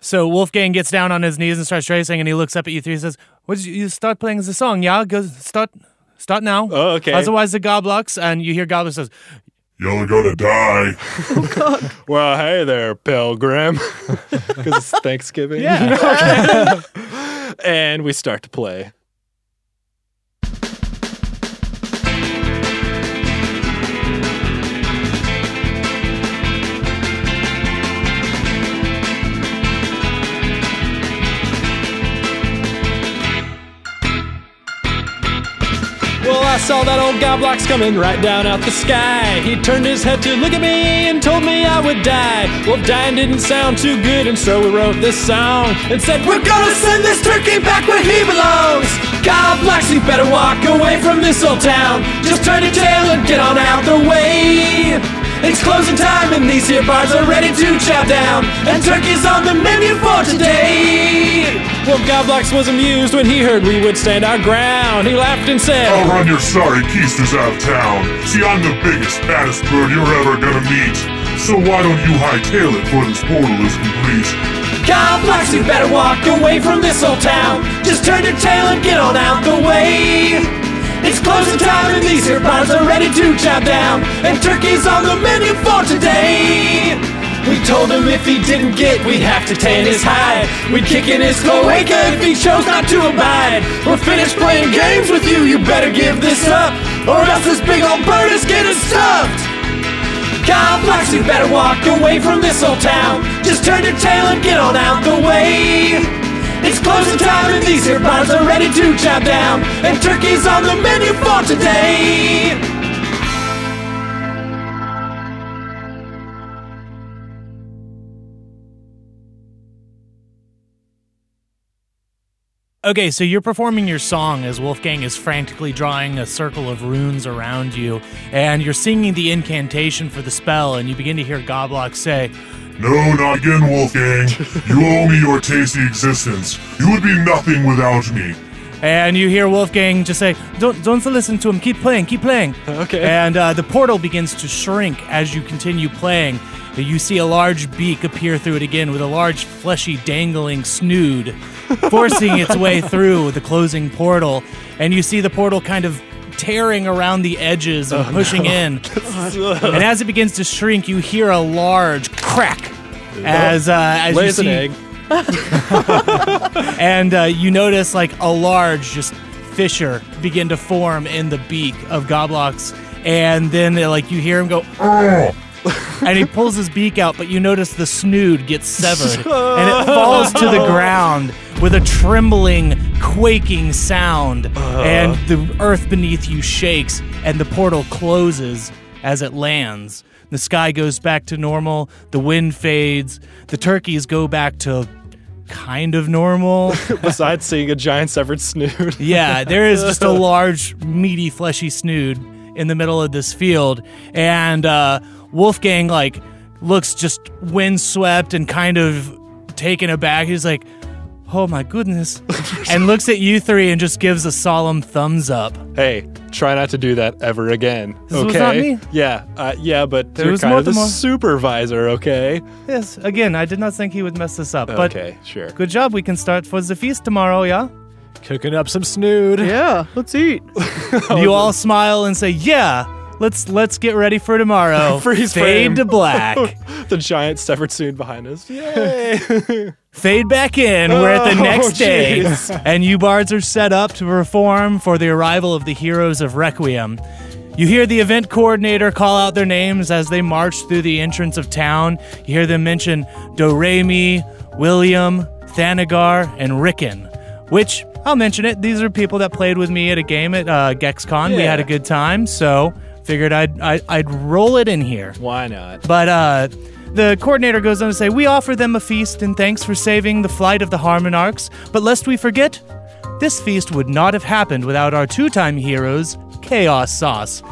Speaker 1: So Wolfgang gets down on his knees and starts tracing, and he looks up at you three and says, "What did you, you start playing the song? Yeah, go start, start now.
Speaker 2: Oh, okay.
Speaker 1: Otherwise, the Goblocks." And you hear Goblin says,
Speaker 5: Y'all are gonna die.
Speaker 2: Well, hey there, (laughs) pilgrim. Because it's Thanksgiving.
Speaker 1: "Yeah,
Speaker 2: (laughs) And we start to play. Well, I saw that old goblox coming right down out the sky. He turned his head to look at me and told me I would die. Well, dying didn't sound too good, and so we wrote this song and said, We're gonna send this turkey back where he belongs. Goblox, you better walk away from this old town. Just turn your tail and get on out the way. It's closing time, and these here bars are ready to chow down. And turkey's on the menu for today. Well, Goblox was amused when he heard we would stand our ground. He laughed and said,
Speaker 5: I'll run your sorry keisters out of town. See, I'm the biggest, baddest bird you're ever gonna meet. So why don't you hightail it for this portal is complete?
Speaker 2: Complex, you better walk away from this old town. Just turn your tail and get on out the way.
Speaker 4: It's closing time and these here bars are ready to chop down. And turkey's on the menu for today. We told him if he didn't get, we'd have to tan his hide. We'd kick in his cloaca if he chose not to abide. We're finished playing games with you, you better give this up. Or else this big old bird is getting stuffed. Complex, you better walk away from this old town. Just turn your tail and get on out the way. It's closing time and these here bars are ready to chop down. And turkey's on the menu for today.
Speaker 1: Okay, so you're performing your song as Wolfgang is frantically drawing a circle of runes around you, and you're singing the incantation for the spell, and you begin to hear Goblock say,
Speaker 5: No, not again, Wolfgang. You owe me your tasty existence. You would be nothing without me.
Speaker 1: and you hear Wolfgang just say, "Don't, don't listen to him. Keep playing, keep playing."
Speaker 6: (laughs) Okay.
Speaker 1: And uh, the portal begins to shrink as you continue playing. You see a large beak appear through it again, with a large fleshy dangling
Speaker 6: (laughs)
Speaker 1: snood, forcing its way through the closing portal. And you see the portal kind of tearing around the edges
Speaker 6: Oh,
Speaker 1: and pushing in. and as it begins to shrink, you hear a large crack. As uh, as you
Speaker 6: Lays
Speaker 1: see,
Speaker 6: an
Speaker 1: (laughs)
Speaker 6: egg.
Speaker 1: and uh, you notice like a large just fissure begin to form in the beak of Goblox, and then uh, like you hear him go,
Speaker 5: Oh,
Speaker 1: and he pulls his beak out, but you notice the snood gets severed, and it falls to the ground with a trembling, quaking sound, and the earth beneath you shakes, and the portal closes as it lands. The sky goes back to normal. The wind fades. The turkeys go back to kind of normal.
Speaker 6: Besides seeing a giant severed snoot.
Speaker 1: (laughs) Yeah, there is just (laughs) a large, meaty, fleshy snood in the middle of this field, and uh, Wolfgang like looks just windswept and kind of taken aback. He's like, "Oh my (laughs) goodness," and looks at you three and just gives a solemn thumbs up.
Speaker 2: Hey, try not to do that ever again.
Speaker 1: This was
Speaker 2: okay?
Speaker 1: not me.
Speaker 2: Yeah, uh, yeah, but
Speaker 1: There
Speaker 2: you're
Speaker 1: was
Speaker 2: kind of the
Speaker 1: Mortimer.
Speaker 2: supervisor, okay?
Speaker 1: Yes, again, I did not think he would mess this up, but
Speaker 2: okay, sure.
Speaker 1: good job. We can start for the feast tomorrow, yeah.
Speaker 6: Cooking up some snoot.
Speaker 3: Yeah,
Speaker 1: (laughs)
Speaker 3: let's eat.
Speaker 1: you all smile and say, "Yeah." Let's let's get ready for tomorrow.
Speaker 2: (laughs)
Speaker 1: Fade
Speaker 2: Freeze frame.
Speaker 1: to
Speaker 2: (laughs)
Speaker 1: black.
Speaker 2: (laughs) The giant severed snoot behind us.
Speaker 1: Fade back in. We're at the
Speaker 2: Oh,
Speaker 1: next day.
Speaker 2: (laughs) jeez.
Speaker 1: And you bards are set up to perform for the arrival of the heroes of Requiem. You hear the event coordinator call out their names as they march through the entrance of town. You hear them mention Doremi, William, Thanagar, and Rickon, which I'll mention it. These are people that played with me at a game at uh, GexCon. We
Speaker 2: Yeah.
Speaker 1: had a good time, so figured I'd, I, I'd roll it in here.
Speaker 2: Why not?
Speaker 1: But uh, the coordinator goes on to say, We offer them a feast in thanks for saving the flight of the Harmonarchs, but lest we forget, this feast would not have happened without our two time heroes, Chaos Sauce.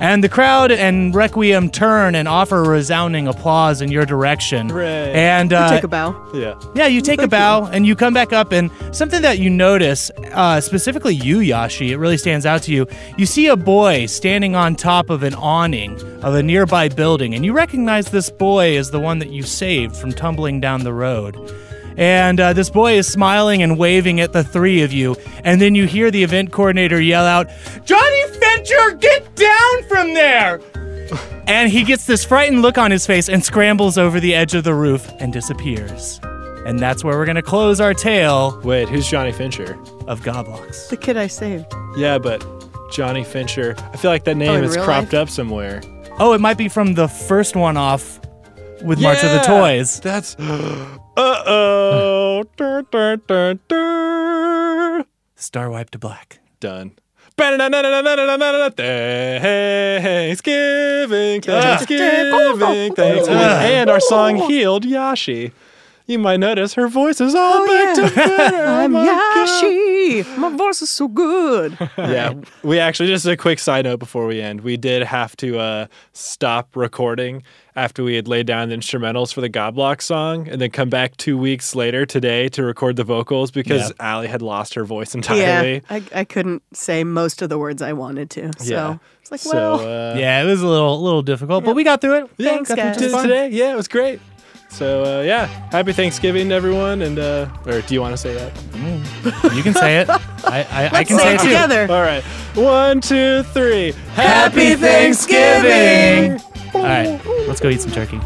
Speaker 1: And the crowd and Requiem turn and offer resounding applause in your direction.
Speaker 2: Hooray.
Speaker 1: And uh,
Speaker 3: Take a bow.
Speaker 2: Yeah.
Speaker 1: yeah, you take a bow and you come back up, and something that you notice, uh, specifically you, Yashi, it really stands out to you. You see a boy standing on top of an awning of a nearby building, and you recognize this boy as the one that you saved from tumbling down the road. And uh, this boy is smiling and waving at the three of you, and then you hear the event coordinator yell out, Johnny Fincher, get down from there! And he gets this frightened look on his face and scrambles over the edge of the roof and disappears. And that's where we're going to close our tale
Speaker 2: Wait, who's Johnny Fincher?
Speaker 1: of Goblox.
Speaker 3: The kid I saved.
Speaker 2: Yeah, but Johnny Fincher. I feel like that name
Speaker 3: in
Speaker 2: is
Speaker 3: real
Speaker 2: cropped up somewhere.
Speaker 1: Oh, it might be from the first one off with March of the
Speaker 2: Yeah,
Speaker 1: Toys.
Speaker 2: That's. (gasps) uh oh. dun, dun, dun, dun.
Speaker 1: Star Wipe to Black.
Speaker 2: Done. Thanksgiving, Thanksgiving, Thanksgiving. And our song healed Yashi. You might notice her voice is all back
Speaker 3: yeah.
Speaker 2: to better. Oh
Speaker 3: (laughs) I'm
Speaker 2: my God.
Speaker 3: Yashi. My voice is so good.
Speaker 2: yeah we actually just a quick side note before we end we did have to uh, stop recording after we had laid down the instrumentals for the goblock song and then come back two weeks later today to record the vocals because Allie had lost her voice entirely
Speaker 3: yeah, I, I couldn't say most of the words I wanted to. So
Speaker 2: Yeah.
Speaker 3: it's like,
Speaker 2: so
Speaker 3: well,
Speaker 2: uh,
Speaker 1: yeah, it was a little little difficult, but we got through it.
Speaker 2: yeah
Speaker 3: Thanks,
Speaker 2: got
Speaker 3: guys.
Speaker 2: to do this today yeah it was great so uh, yeah happy thanksgiving everyone and uh, or do you want to say that
Speaker 1: You can say it. I, I, I
Speaker 3: Let's
Speaker 1: can
Speaker 3: say it
Speaker 1: too.
Speaker 3: together.
Speaker 2: All right. One, two, three.
Speaker 7: Happy Thanksgiving!
Speaker 1: All right, let's go eat some turkey.